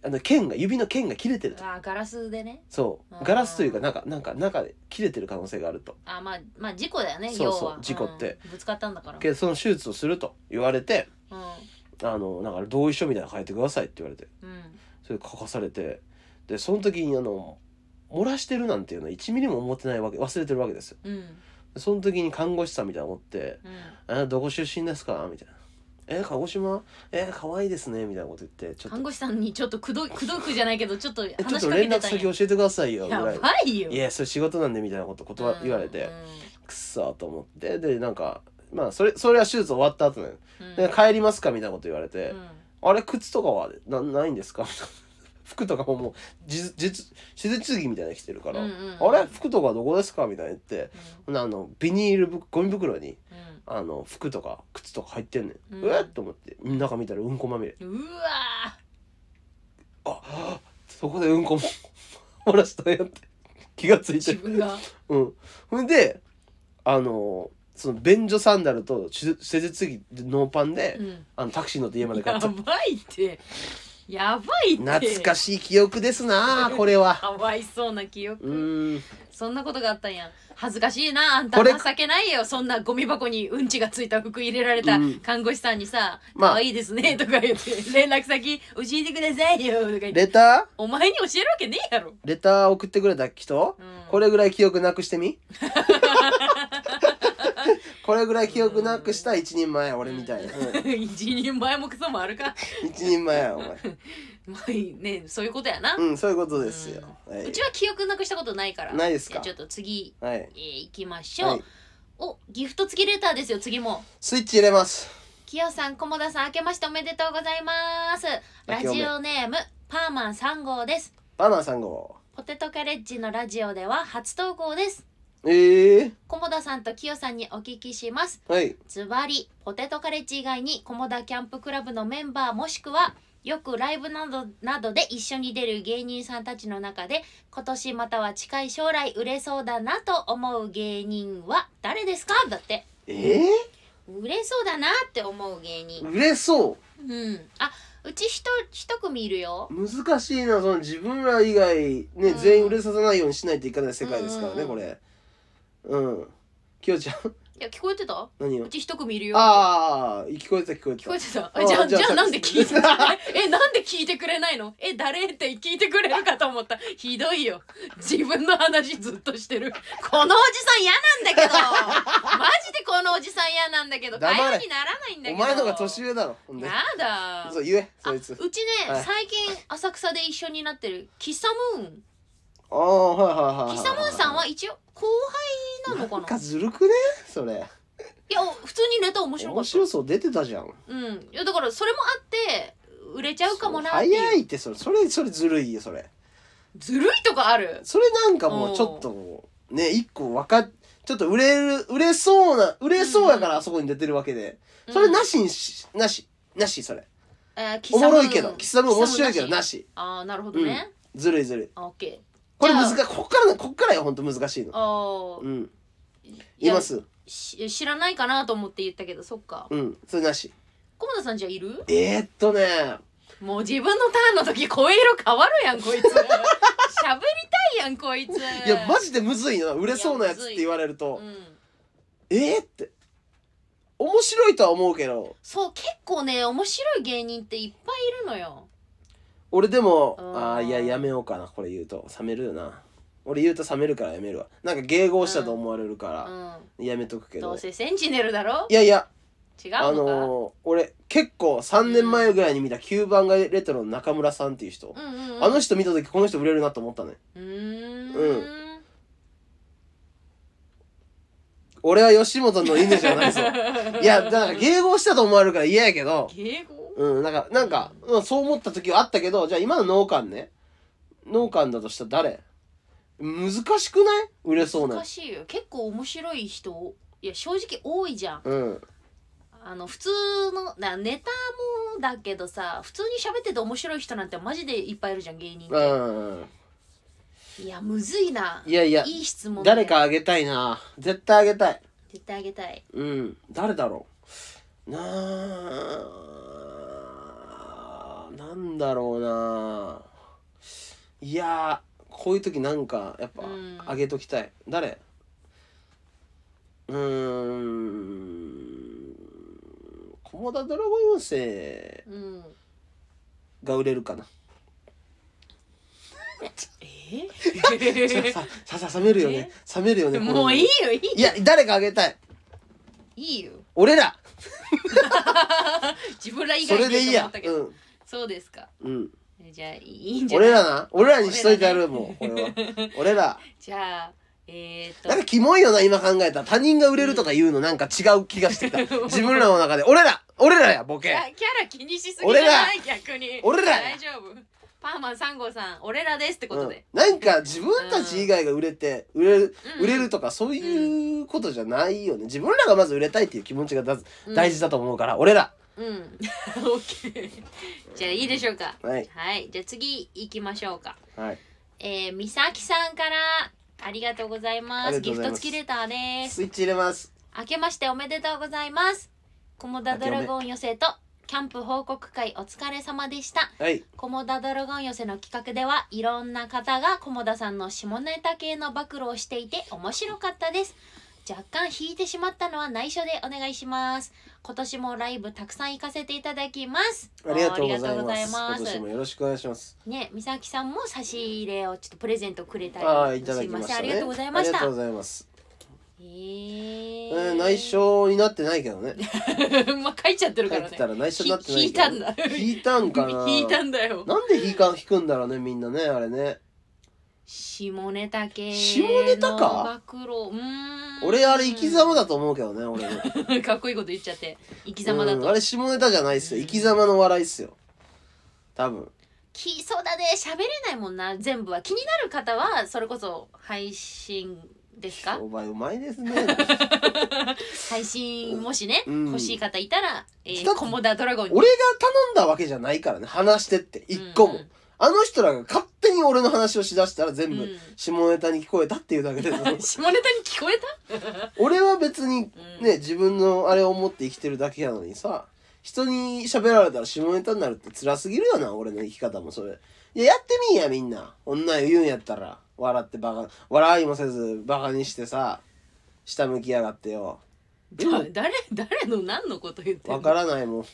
Speaker 2: あの剣が指の剣が切れてると
Speaker 1: あーガラスでね
Speaker 2: そうガラスというかなんかなんか中で切れてる可能性があると
Speaker 1: あーまあまあ事故だよね
Speaker 2: そうそう
Speaker 1: 要は
Speaker 2: 事故って
Speaker 1: うんぶつかったんだから
Speaker 2: けどその手術をすると言われて
Speaker 1: う
Speaker 2: 「あのなんか同意書みたいなの書いてください」って言われて
Speaker 1: んうん
Speaker 2: それ書かされてでその時にあの漏らしてるなんていうのは1ミリも思ってないわけ忘れてるわけですよ
Speaker 1: うん
Speaker 2: でその時に看護師さんみたいなのおって
Speaker 1: うん
Speaker 2: 「あどこ出身ですか?」みたいな「え鹿児島え可愛いですね」みたいなこと言ってちょっ
Speaker 1: 看
Speaker 2: と
Speaker 1: 護師さんにちょっとくどくどくじゃないけどちょっと
Speaker 2: え「ちょっ
Speaker 1: 話し
Speaker 2: と
Speaker 1: かけ
Speaker 2: 連
Speaker 1: て
Speaker 2: 絡
Speaker 1: たん
Speaker 2: 先
Speaker 1: や
Speaker 2: 教えてくださいよ」ぐ
Speaker 1: や
Speaker 2: らい
Speaker 1: ばいよ
Speaker 2: 「いやそれ仕事なんで」みたいなこと断言われてくっそーと思ってでなんかまあそれそれは手術終わった後なのよ
Speaker 1: うんうん
Speaker 2: で帰りますかみたいなこと言われて
Speaker 1: うんうん
Speaker 2: あれ靴とかはなないんですか服とかももうじじ手術着みたいなの着てるから「
Speaker 1: うんうん
Speaker 2: あれ服とかどこですか?」みたいな言って
Speaker 1: う
Speaker 2: ほなあのビニールぶゴミ袋に
Speaker 1: ん
Speaker 2: あの服とか靴とか入ってんねん、
Speaker 1: うん
Speaker 2: えっと思って中見たらうんこまみれ
Speaker 1: うんうわ
Speaker 2: ああそこでうんこも 漏らしたんやって気がつ
Speaker 1: ー
Speaker 2: い
Speaker 1: 自
Speaker 2: て
Speaker 1: 分が
Speaker 2: うんほんであのその便所サンダルと手術手術着ノーパンで、
Speaker 1: うん
Speaker 2: あのタクシー乗って家まで帰
Speaker 1: や
Speaker 2: っちゃっ
Speaker 1: ばいってやばいって
Speaker 2: た懐かしい記憶ですなあこれは
Speaker 1: かわい そうな記憶、
Speaker 2: うーん
Speaker 1: そんなことがあったんや恥ずかしいなあんた
Speaker 2: これ
Speaker 1: 情けないよそんなゴミ箱にうんちがついた服入れられた
Speaker 2: うん
Speaker 1: 看護師さんにさ「
Speaker 2: まあ
Speaker 1: 可愛いですね」とか言って「連絡先教えてくださいよ」とか言って
Speaker 2: レタ
Speaker 1: お前に教えるわけねえやろ、
Speaker 2: ーレター送ってくれた人、
Speaker 1: うん
Speaker 2: これぐらい記憶なくしてみ これぐらい記憶なくした一人前や俺みたいな、うん
Speaker 1: 一人前もクソもあるか
Speaker 2: 一人前やお前
Speaker 1: まあいいねそういうことやな、
Speaker 2: うんそういうことですよ、は
Speaker 1: う
Speaker 2: い
Speaker 1: ちは記憶なくしたことないから
Speaker 2: ないです
Speaker 1: じゃ
Speaker 2: か
Speaker 1: あちょっと次、
Speaker 2: はい
Speaker 1: えー、行きましょう、
Speaker 2: はい
Speaker 1: おギフト付きレターですよ次も
Speaker 2: スイッチ入れます
Speaker 1: きよさんこもださん明けましておめでとうございます
Speaker 2: 明
Speaker 1: ラ
Speaker 2: けおめ
Speaker 1: ジオネームパーマン3号です
Speaker 2: バナナ3号
Speaker 1: ポテトカレッジのラジオでは初投稿です
Speaker 2: ええ
Speaker 1: こもださんときよさんにお聞きします
Speaker 2: はい
Speaker 1: ズバリポテトカレッジ以外に菰田キャンプクラブのメンバーもしくはよくライブなどなどで一緒に出る芸人さんたちの中で今年または近い将来売れそうだなと思う芸人は誰ですかだって
Speaker 2: ええ
Speaker 1: 売れそうだなって思う芸人
Speaker 2: 売れそう
Speaker 1: うんあうち一一組いるよ
Speaker 2: 難しいなその自分ら以外ね、
Speaker 1: うん
Speaker 2: 全員売れさせないようにしないといかない世界ですからね、
Speaker 1: うんうん
Speaker 2: これうんきよちゃん
Speaker 1: いや聞こえてた
Speaker 2: 何を
Speaker 1: うち一組いるよ
Speaker 2: ああ聞こえてた聞こえて
Speaker 1: 聞
Speaker 2: た
Speaker 1: こえてた
Speaker 2: あ
Speaker 1: えじゃあ
Speaker 2: じ
Speaker 1: じ
Speaker 2: ゃ
Speaker 1: ゃ
Speaker 2: あ
Speaker 1: あなんで聞いてくれ ないえなんで聞いてくれないのえ誰って聞いてくれるかと思ったひどいよ自分の話ずっとしてるこのおじさん嫌なんだけど マジでこのおじさん嫌なんだけど
Speaker 2: 黙
Speaker 1: 会
Speaker 2: れ
Speaker 1: 話にならないんだけ
Speaker 2: お
Speaker 1: ど
Speaker 2: 前のが年上だろほんで
Speaker 1: やだ
Speaker 2: そう言え
Speaker 1: あ
Speaker 2: そうい
Speaker 1: ち
Speaker 2: つ
Speaker 1: ね、
Speaker 2: はい
Speaker 1: 最近浅草で一緒になってるキサムーン
Speaker 2: ああはいはいはいはい
Speaker 1: キサムーンさんは一応後輩なのか
Speaker 2: ん
Speaker 1: な
Speaker 2: かずるくねそれ
Speaker 1: いや普通にネタ面白か
Speaker 2: 面
Speaker 1: った
Speaker 2: 白そう出てたじゃん
Speaker 1: うんいやだからそれもあって売れちゃうかもなっていう
Speaker 2: 早いってそれそれそれずるいよそれ
Speaker 1: ずるいとこある
Speaker 2: それなんかもうちょっともうね一個わかっちょっと売れる売れそうな売れそうやからあそこに出てるわけで、それなしにしなしなしそれ
Speaker 1: えー
Speaker 2: おもろいけど、キサム面白いけど、な
Speaker 1: し。
Speaker 2: し。
Speaker 1: ああ、なるほどね。
Speaker 2: ずるいずるい。
Speaker 1: あ、オッケ
Speaker 2: これ難し
Speaker 1: じ
Speaker 2: い。こっから、こっからよ、ほんと難しい
Speaker 1: ー。
Speaker 2: の。
Speaker 1: ああ、
Speaker 2: うん。
Speaker 1: い
Speaker 2: い
Speaker 1: や
Speaker 2: ます。
Speaker 1: し知らないかなと思って言ったけど、そっか。
Speaker 2: うん。それなし。
Speaker 1: 小田さんじゃいる
Speaker 2: えー、っとね、
Speaker 1: もう自分のターンの時声色変わるやん、こい つ。喋りたいやん、こいつ。
Speaker 2: いや、マジでむずいな。売れそうなやつって言われると
Speaker 1: う、ん。
Speaker 2: えー、って。面白いとは思うけど、
Speaker 1: そう、結構ね、面白い芸人っていっぱいいるのよ。
Speaker 2: 俺でも、
Speaker 1: うん
Speaker 2: ああ、いや、やめようかな。これ言うと、冷めるよな。俺言うと冷めるからやめるわ。なんか迎合したと思われるか
Speaker 1: う
Speaker 2: ら、やめとくけ
Speaker 1: ん。ど
Speaker 2: ど
Speaker 1: う。せセンチネルだろ
Speaker 2: いやいや、
Speaker 1: 違うのか、
Speaker 2: あのー、俺、結構3年前ぐらいに見た9番がレトロの中村さんっていう人。
Speaker 1: うんうんうん。
Speaker 2: あの人見た時この人売れるなと思ったね
Speaker 1: うーん。
Speaker 2: 俺は吉本の犬じ ゃないぞいやなんか迎合したと思われるから嫌やけど
Speaker 1: 敬語
Speaker 2: うんなんかなんか、うん、そう思った時はあったけどじゃあ今の農官ね農官だとしたら誰難しくない売れそうな
Speaker 1: 難しいよ結構面白い人いや正直多いじゃん
Speaker 2: うん
Speaker 1: あの普通のなネタもだけどさ普通に喋ってて面白い人なんてマジでいっぱいいるじゃん芸人っ
Speaker 2: う
Speaker 1: て
Speaker 2: んうん
Speaker 1: いやむずいない
Speaker 2: やいや
Speaker 1: いい質問だね
Speaker 2: 誰かあげたいな絶対あげたい
Speaker 1: 絶対あげたい
Speaker 2: うん誰だろうなあなんだろうないやーこういう時なんかやっぱ
Speaker 1: うん
Speaker 2: あげときたい、誰うーん駒田ドラゴン妖精
Speaker 1: うん
Speaker 2: が売れるかな
Speaker 1: え
Speaker 2: さささ冷めるよね冷めるよね
Speaker 1: ー、もういい
Speaker 2: い
Speaker 1: よいい
Speaker 2: いや誰かあげたい
Speaker 1: いいよ
Speaker 2: 俺ら
Speaker 1: 自分ら以
Speaker 2: それ
Speaker 1: 外
Speaker 2: で
Speaker 1: でい
Speaker 2: いい
Speaker 1: い
Speaker 2: や
Speaker 1: と思ったけ
Speaker 2: う
Speaker 1: ど
Speaker 2: ん
Speaker 1: そうですか
Speaker 2: うん
Speaker 1: えじゃあいいんじゃない
Speaker 2: 俺らな俺らにしといてやるもうこれは俺ら
Speaker 1: じゃあえー、っと
Speaker 2: なんかキモいよな、今考えたら。他人が売れるとか言うのなんか違う気がしてき た。自分らの中で。俺ら俺らや、ボ
Speaker 1: キ
Speaker 2: ケ
Speaker 1: ャ。キャラ気にしすぎじゃない逆に
Speaker 2: 俺ら
Speaker 1: 大丈夫パーマン3号さん俺らですってこ
Speaker 2: う
Speaker 1: と
Speaker 2: ん
Speaker 1: で、、
Speaker 2: なんか自分たち以外が売れて、売れる、
Speaker 1: うん
Speaker 2: 売れるとかそういうことじゃないよね。自分らがまず売れたいっていう気持ちがだず
Speaker 1: うん
Speaker 2: 大事だと思うから、俺ら。
Speaker 1: うん オッケーじゃあいいでしょうか
Speaker 2: はい。
Speaker 1: はいじゃあ次行きましょうか
Speaker 2: はい。
Speaker 1: えー、みさきさんからありがとうございま
Speaker 2: あり
Speaker 1: す
Speaker 2: がとう
Speaker 1: ギ
Speaker 2: ご
Speaker 1: フ
Speaker 2: ざい
Speaker 1: ト
Speaker 2: ます
Speaker 1: 付きレターです
Speaker 2: スイッチ入れます。
Speaker 1: 明けましておめでとうございます菰田ドラゴン寄せとキャンプ報告会お疲れ様でした
Speaker 2: はい。
Speaker 1: コモダドラゴン寄せの企画ではいろんな方がコモダさんの下ネタ系の暴露をしていて面白かったです若干引いてしまったのは内緒でお願いします今年もライブたくさん行かせていただきます
Speaker 2: ありがと
Speaker 1: あ
Speaker 2: うござい
Speaker 1: りがとうござ
Speaker 2: ま
Speaker 1: い
Speaker 2: す。
Speaker 1: ま
Speaker 2: 今
Speaker 1: す
Speaker 2: 年もよろしくお願いします。
Speaker 1: ね美咲さんも差し入れをちょっとプレゼントくれたり
Speaker 2: ああ、いただき
Speaker 1: すい
Speaker 2: ま
Speaker 1: ま
Speaker 2: し
Speaker 1: せんあ
Speaker 2: たね。
Speaker 1: りがとうございまし
Speaker 2: ありが
Speaker 1: た
Speaker 2: とうございます。
Speaker 1: へえ
Speaker 2: うん、内緒になってないけどね
Speaker 1: まあ書いちゃってる
Speaker 2: 書
Speaker 1: か
Speaker 2: い
Speaker 1: ら
Speaker 2: て
Speaker 1: ね
Speaker 2: たら内緒になってない
Speaker 1: ひ引い
Speaker 2: けど
Speaker 1: たんだ
Speaker 2: 引いたんかな
Speaker 1: 引いたんだよ
Speaker 2: なんで引か引くんだろうねみんなねあれね
Speaker 1: 下ネタ系の
Speaker 2: 下ネタか
Speaker 1: 暴露うーん
Speaker 2: 俺あれ生き様だと思うけどね 俺ね
Speaker 1: かっこいいこと言っちゃって生き様だ
Speaker 2: うん
Speaker 1: と、
Speaker 2: あれ下ネタじゃないっすよ
Speaker 1: うん
Speaker 2: 生き様の笑いっすよ多分
Speaker 1: きそうだね喋れないもんな全部は気になる方はそれこそ配信ですか
Speaker 2: お前うまいですね
Speaker 1: 配信もしね、
Speaker 2: うん
Speaker 1: 欲しい方いたら、え
Speaker 2: だ
Speaker 1: ー、
Speaker 2: って
Speaker 1: コモダドラゴンに
Speaker 2: 俺が頼んだわけじゃないからね話してって一個も、
Speaker 1: うん
Speaker 2: あの人らが勝手に俺の話をしだしたら全
Speaker 1: う
Speaker 2: 部
Speaker 1: ん
Speaker 2: 下ネタに聞こえたっていうだけ で
Speaker 1: 下ネタに聞こえ
Speaker 2: 俺は別に
Speaker 1: た、うん
Speaker 2: ね自分のあれを持って生きてるだけなのにさ人に喋られたら下ネタになるって辛すぎるよな俺の生き方もそれいややってみんやみんな女言うんやったら笑ってバカ笑いもせずバカにしてさ下向きやがってよ
Speaker 1: だ誰誰の何のこと言ってんの
Speaker 2: わからない もん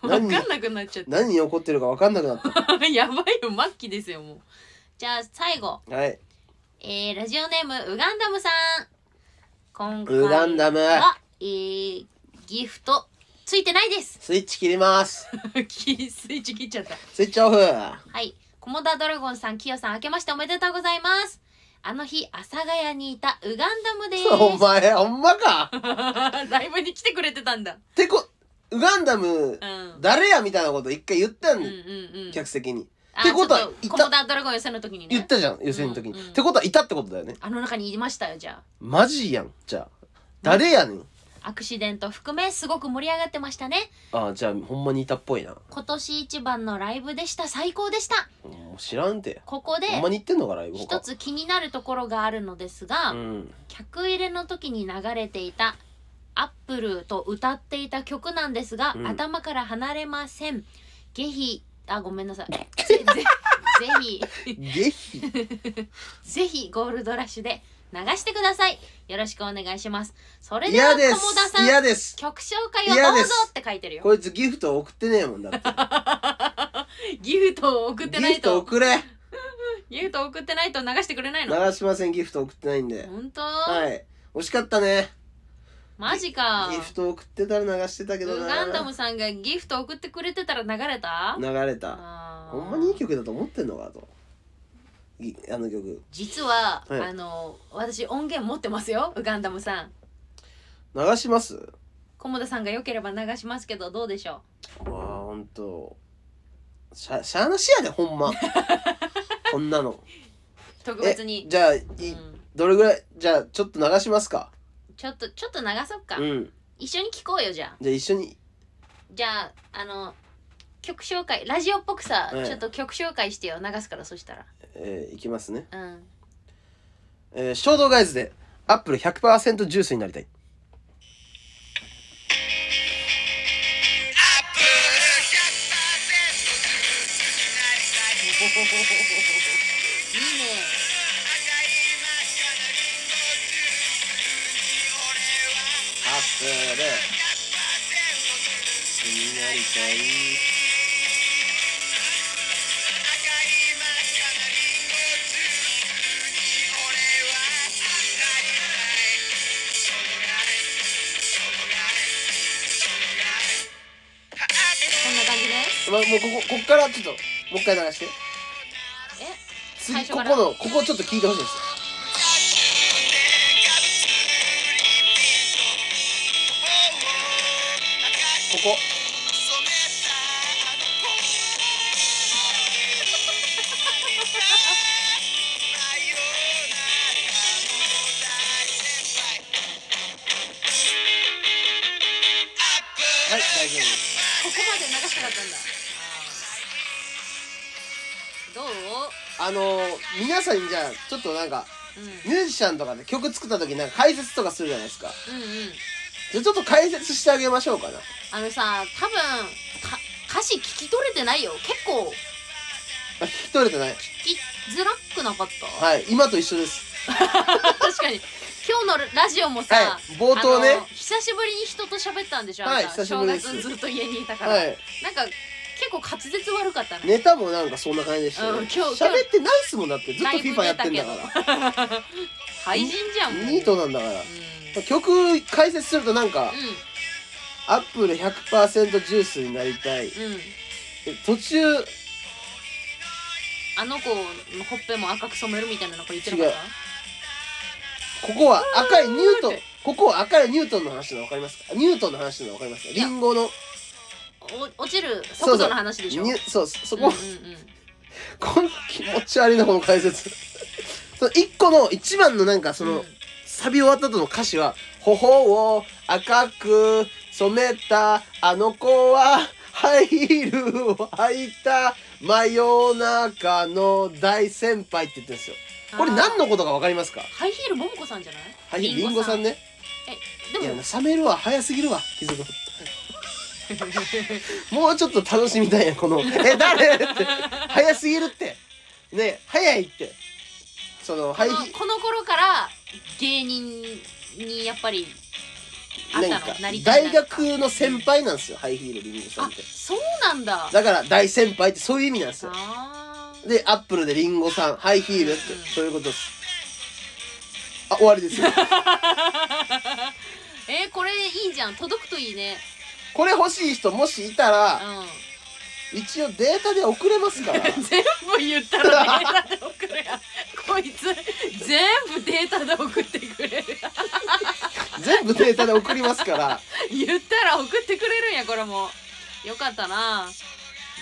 Speaker 1: 分かんなくなっちゃっ
Speaker 2: 何に怒ってるかわかんなくなっ た
Speaker 1: やばいよ末期ですよもうじゃあ最後
Speaker 2: たはい
Speaker 1: えー、ラジオネームウガンダムさん今回
Speaker 2: ウガンダム
Speaker 1: は、えー、ギフトついてないです
Speaker 2: スイッチ切ります
Speaker 1: きスイッチ切っちゃった
Speaker 2: スイッチオフ
Speaker 1: はい。コモダドラゴンさん、キヨさん、明けましておめでとうございます。あの日、阿佐ヶ谷にいたウガンダムで
Speaker 2: お前ほんまか
Speaker 1: す。 ライブに来てくれてたんだ。
Speaker 2: てこウガンダム
Speaker 1: うん。うん
Speaker 2: 誰やみたいなこと一回言ったん
Speaker 1: うん
Speaker 2: ね、
Speaker 1: うん。
Speaker 2: 客席に
Speaker 1: あ
Speaker 2: ってことは
Speaker 1: ちょっ
Speaker 2: いた
Speaker 1: コモダドラゴン予選の時に
Speaker 2: 言っ
Speaker 1: ね。
Speaker 2: たじゃん予選の時に、
Speaker 1: うんうん
Speaker 2: ってことはいたってことだよね
Speaker 1: あの中にいましたよ、じゃ
Speaker 2: マジやんじゃあ誰やねん
Speaker 1: あ。アクシデント含め、すごく盛り上がってましたね。
Speaker 2: あじゃあほんまにいたっぽいな
Speaker 1: 今年一番のライブでした。最高でした。
Speaker 2: もう知らんて
Speaker 1: ここで、
Speaker 2: ほんまに行ってんのかライブ
Speaker 1: 一
Speaker 2: 他
Speaker 1: つ気になるところがあるのですが、
Speaker 2: うん
Speaker 1: 客入れの時に流れていた「アップル」と歌っていた曲なんですが、
Speaker 2: うん
Speaker 1: 頭から離れません。下ひあごめんなさ い。ぜぜぜひ
Speaker 2: 下品
Speaker 1: ぜひゴールドラッシュで流してください。よろしくお願いします。それでは
Speaker 2: 嫌で
Speaker 1: 友
Speaker 2: す
Speaker 1: 田さん
Speaker 2: 嫌です
Speaker 1: 曲紹介を
Speaker 2: 嫌
Speaker 1: ど
Speaker 2: で
Speaker 1: うぞ
Speaker 2: す
Speaker 1: って書いてるよ。
Speaker 2: こいつギフト送ってねえもんだっ
Speaker 1: ギフトを送ってて
Speaker 2: ギ
Speaker 1: ない
Speaker 2: フト
Speaker 1: と
Speaker 2: 送れ
Speaker 1: ギフトを送ってないと流してくれないの。
Speaker 2: 流しませんギフト送ってないんで
Speaker 1: 本当、
Speaker 2: はい惜しかったね
Speaker 1: マジか
Speaker 2: ギ。フト送ってたら流してたけど
Speaker 1: ウ
Speaker 2: な
Speaker 1: ガンダムさんがギフト送ってくれてたら流れた？
Speaker 2: 流れた
Speaker 1: あー
Speaker 2: ほんまにいい曲だと思ってんのかといあの曲
Speaker 1: 実は、
Speaker 2: はい
Speaker 1: あの私音源持ってますよウガンダムさん
Speaker 2: 流します
Speaker 1: 菰田さんが良ければ流しますけどどうでしょ
Speaker 2: まあほんとしゃしゃあなしやで ほんまこんなの
Speaker 1: う特別に、
Speaker 2: じゃあい、
Speaker 1: うん、
Speaker 2: どれぐらいじゃあちょっと流しますか
Speaker 1: ちょっとちょっと流そっか、
Speaker 2: うん
Speaker 1: 一緒に聞こうよじゃあ
Speaker 2: じゃあ一緒に
Speaker 1: じゃああの曲紹介ラジオっぽくさ、
Speaker 2: ええ
Speaker 1: ちょっと曲紹介してよ流すからそしたら
Speaker 2: えーいきますね
Speaker 1: うん
Speaker 2: えー、衝動ガイズでアップル100%ジュースになりたい
Speaker 1: いいね
Speaker 2: アップルになりたい
Speaker 1: こんな感じね
Speaker 2: まあ、もうこここっからちょっともう一回流して
Speaker 1: え
Speaker 2: 次
Speaker 1: 最初
Speaker 2: ここ
Speaker 1: から
Speaker 2: のここちょっと聞いてほしいんですよここはい大丈夫です
Speaker 1: ここまで流したかったんだどう
Speaker 2: あのー皆さんにじゃあちょっとなんか
Speaker 1: うん
Speaker 2: ミュージシャンとかで曲作った時なんか解説とかするじゃないですか
Speaker 1: うんうん
Speaker 2: じゃあちょっと解説してあげましょうかな
Speaker 1: あのさ多分か歌詞聞き取れてないよ結構
Speaker 2: あ聞き取れてない
Speaker 1: 聞きづらくなかった、
Speaker 2: はい今と一緒です
Speaker 1: 確かに今日のラジオもさ、
Speaker 2: はい冒頭ね
Speaker 1: あの久しぶりに人と喋ったんでしょ、
Speaker 2: はい
Speaker 1: あんた
Speaker 2: 久しぶりです
Speaker 1: 正月ずっと家にいたから、
Speaker 2: はい
Speaker 1: なんか結構滑舌悪かったね
Speaker 2: ネタもなんかそんな感じでした、ね
Speaker 1: うん今日
Speaker 2: 喋ってないっすもんだってずっと
Speaker 1: ライブ
Speaker 2: FIFA やってんだか
Speaker 1: 出たけど廃人じゃ
Speaker 2: ら
Speaker 1: んもう
Speaker 2: ニートなんだから
Speaker 1: うん
Speaker 2: 曲解説するとなんか、アップル100%ジュースになりたい。
Speaker 1: うんうん
Speaker 2: え途中、
Speaker 1: あの子のほっぺも赤く染めるみたいなのこれ言ってるか
Speaker 2: ここは赤いニュートン
Speaker 1: うん、
Speaker 2: ここは赤いニュートンの話なの分かりますかニュートンの話なの分かりますか
Speaker 1: いや
Speaker 2: リンゴの。
Speaker 1: なお落ちる速度の話でしょ
Speaker 2: ニュそう、そこ、
Speaker 1: うんうんうん
Speaker 2: この気持ち悪いな、この解説。 その一個の、一番のなんかその、
Speaker 1: うん
Speaker 2: サビ終わった後の歌詞は、頬を赤く染めたあの子は、ハイヒールを履いた真夜中の大先輩って言ってるんですよ。これ何のことかわかりますか
Speaker 1: ハイヒールももこさんじゃない
Speaker 2: ハイヒール、リンゴさんね。
Speaker 1: で
Speaker 2: いや、
Speaker 1: も
Speaker 2: 冷めるわ、早すぎるわ、気づく の。もうちょっと楽しみたいや、この、え、誰って、早すぎるって。ね、早いって。その、ハ
Speaker 1: こ
Speaker 2: イ
Speaker 1: の
Speaker 2: ヒール、
Speaker 1: この頃から芸人にやっぱりあった
Speaker 2: なん
Speaker 1: の
Speaker 2: か
Speaker 1: なり、たいな
Speaker 2: 大学の先輩なんですよ、ハイヒール、リンゴさん
Speaker 1: あ
Speaker 2: って。
Speaker 1: そうなんだ
Speaker 2: だから大先輩ってそういう意味なんですよ。
Speaker 1: あー
Speaker 2: で、アップルでリンゴさん、ハイヒールって
Speaker 1: うん、
Speaker 2: そういうことです。あ、終わりで すよ。
Speaker 1: えーこれいいじゃん届くといいね
Speaker 2: これ欲しい人もしいた
Speaker 1: う
Speaker 2: ら、
Speaker 1: ん
Speaker 2: 一応データで送れますから。
Speaker 1: 全部言ったらデータで送るやんこいつ全部データで送ってくれるやん
Speaker 2: 全部データで送りますから。
Speaker 1: 言ったら送ってくれるんやこれもよかったな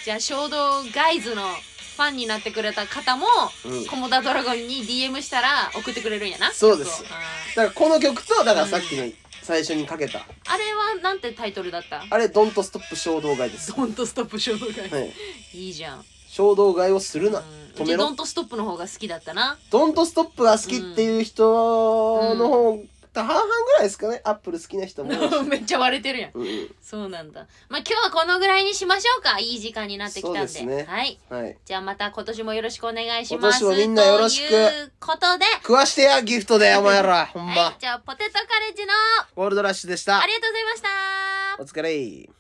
Speaker 1: じゃあ衝動ガイズのファンになってくれた方も
Speaker 2: うん。だ
Speaker 1: コモダドラゴンに DM したら送ってくれるんやな
Speaker 2: そうです
Speaker 1: 曲をあ
Speaker 2: からこの曲と、だからさっきの最初にかけた、
Speaker 1: ーあれはなんてタイトルだった
Speaker 2: あれ、ドントストップ衝動買いです。
Speaker 1: ドントストップ衝動ガイズ
Speaker 2: はい。
Speaker 1: いいじゃん
Speaker 2: 衝動買いをするな。
Speaker 1: う
Speaker 2: 止
Speaker 1: ん、うち
Speaker 2: め
Speaker 1: ド
Speaker 2: ろ
Speaker 1: ン。トストップの方が好きだったな
Speaker 2: ドントストップが好きっていう人の方、半々ぐらいですかね。アップル好きな人も多いし。
Speaker 1: めっちゃ割れてるやん
Speaker 2: うんうん。
Speaker 1: そうなんだまあ今日はこのぐらいにしましょうかいい時間になってきたんで
Speaker 2: そうですね
Speaker 1: はい
Speaker 2: はい。
Speaker 1: じゃあまた今年もよろしくお願いします
Speaker 2: 今年もみんなよろしく
Speaker 1: ということで、
Speaker 2: 食わしてや、ギフトで、お前ら。ほん
Speaker 1: は
Speaker 2: ま
Speaker 1: い、。じゃあポテトカレッジの
Speaker 2: ゴールドラッシュでした
Speaker 1: あ。りがとうございました
Speaker 2: お疲れ。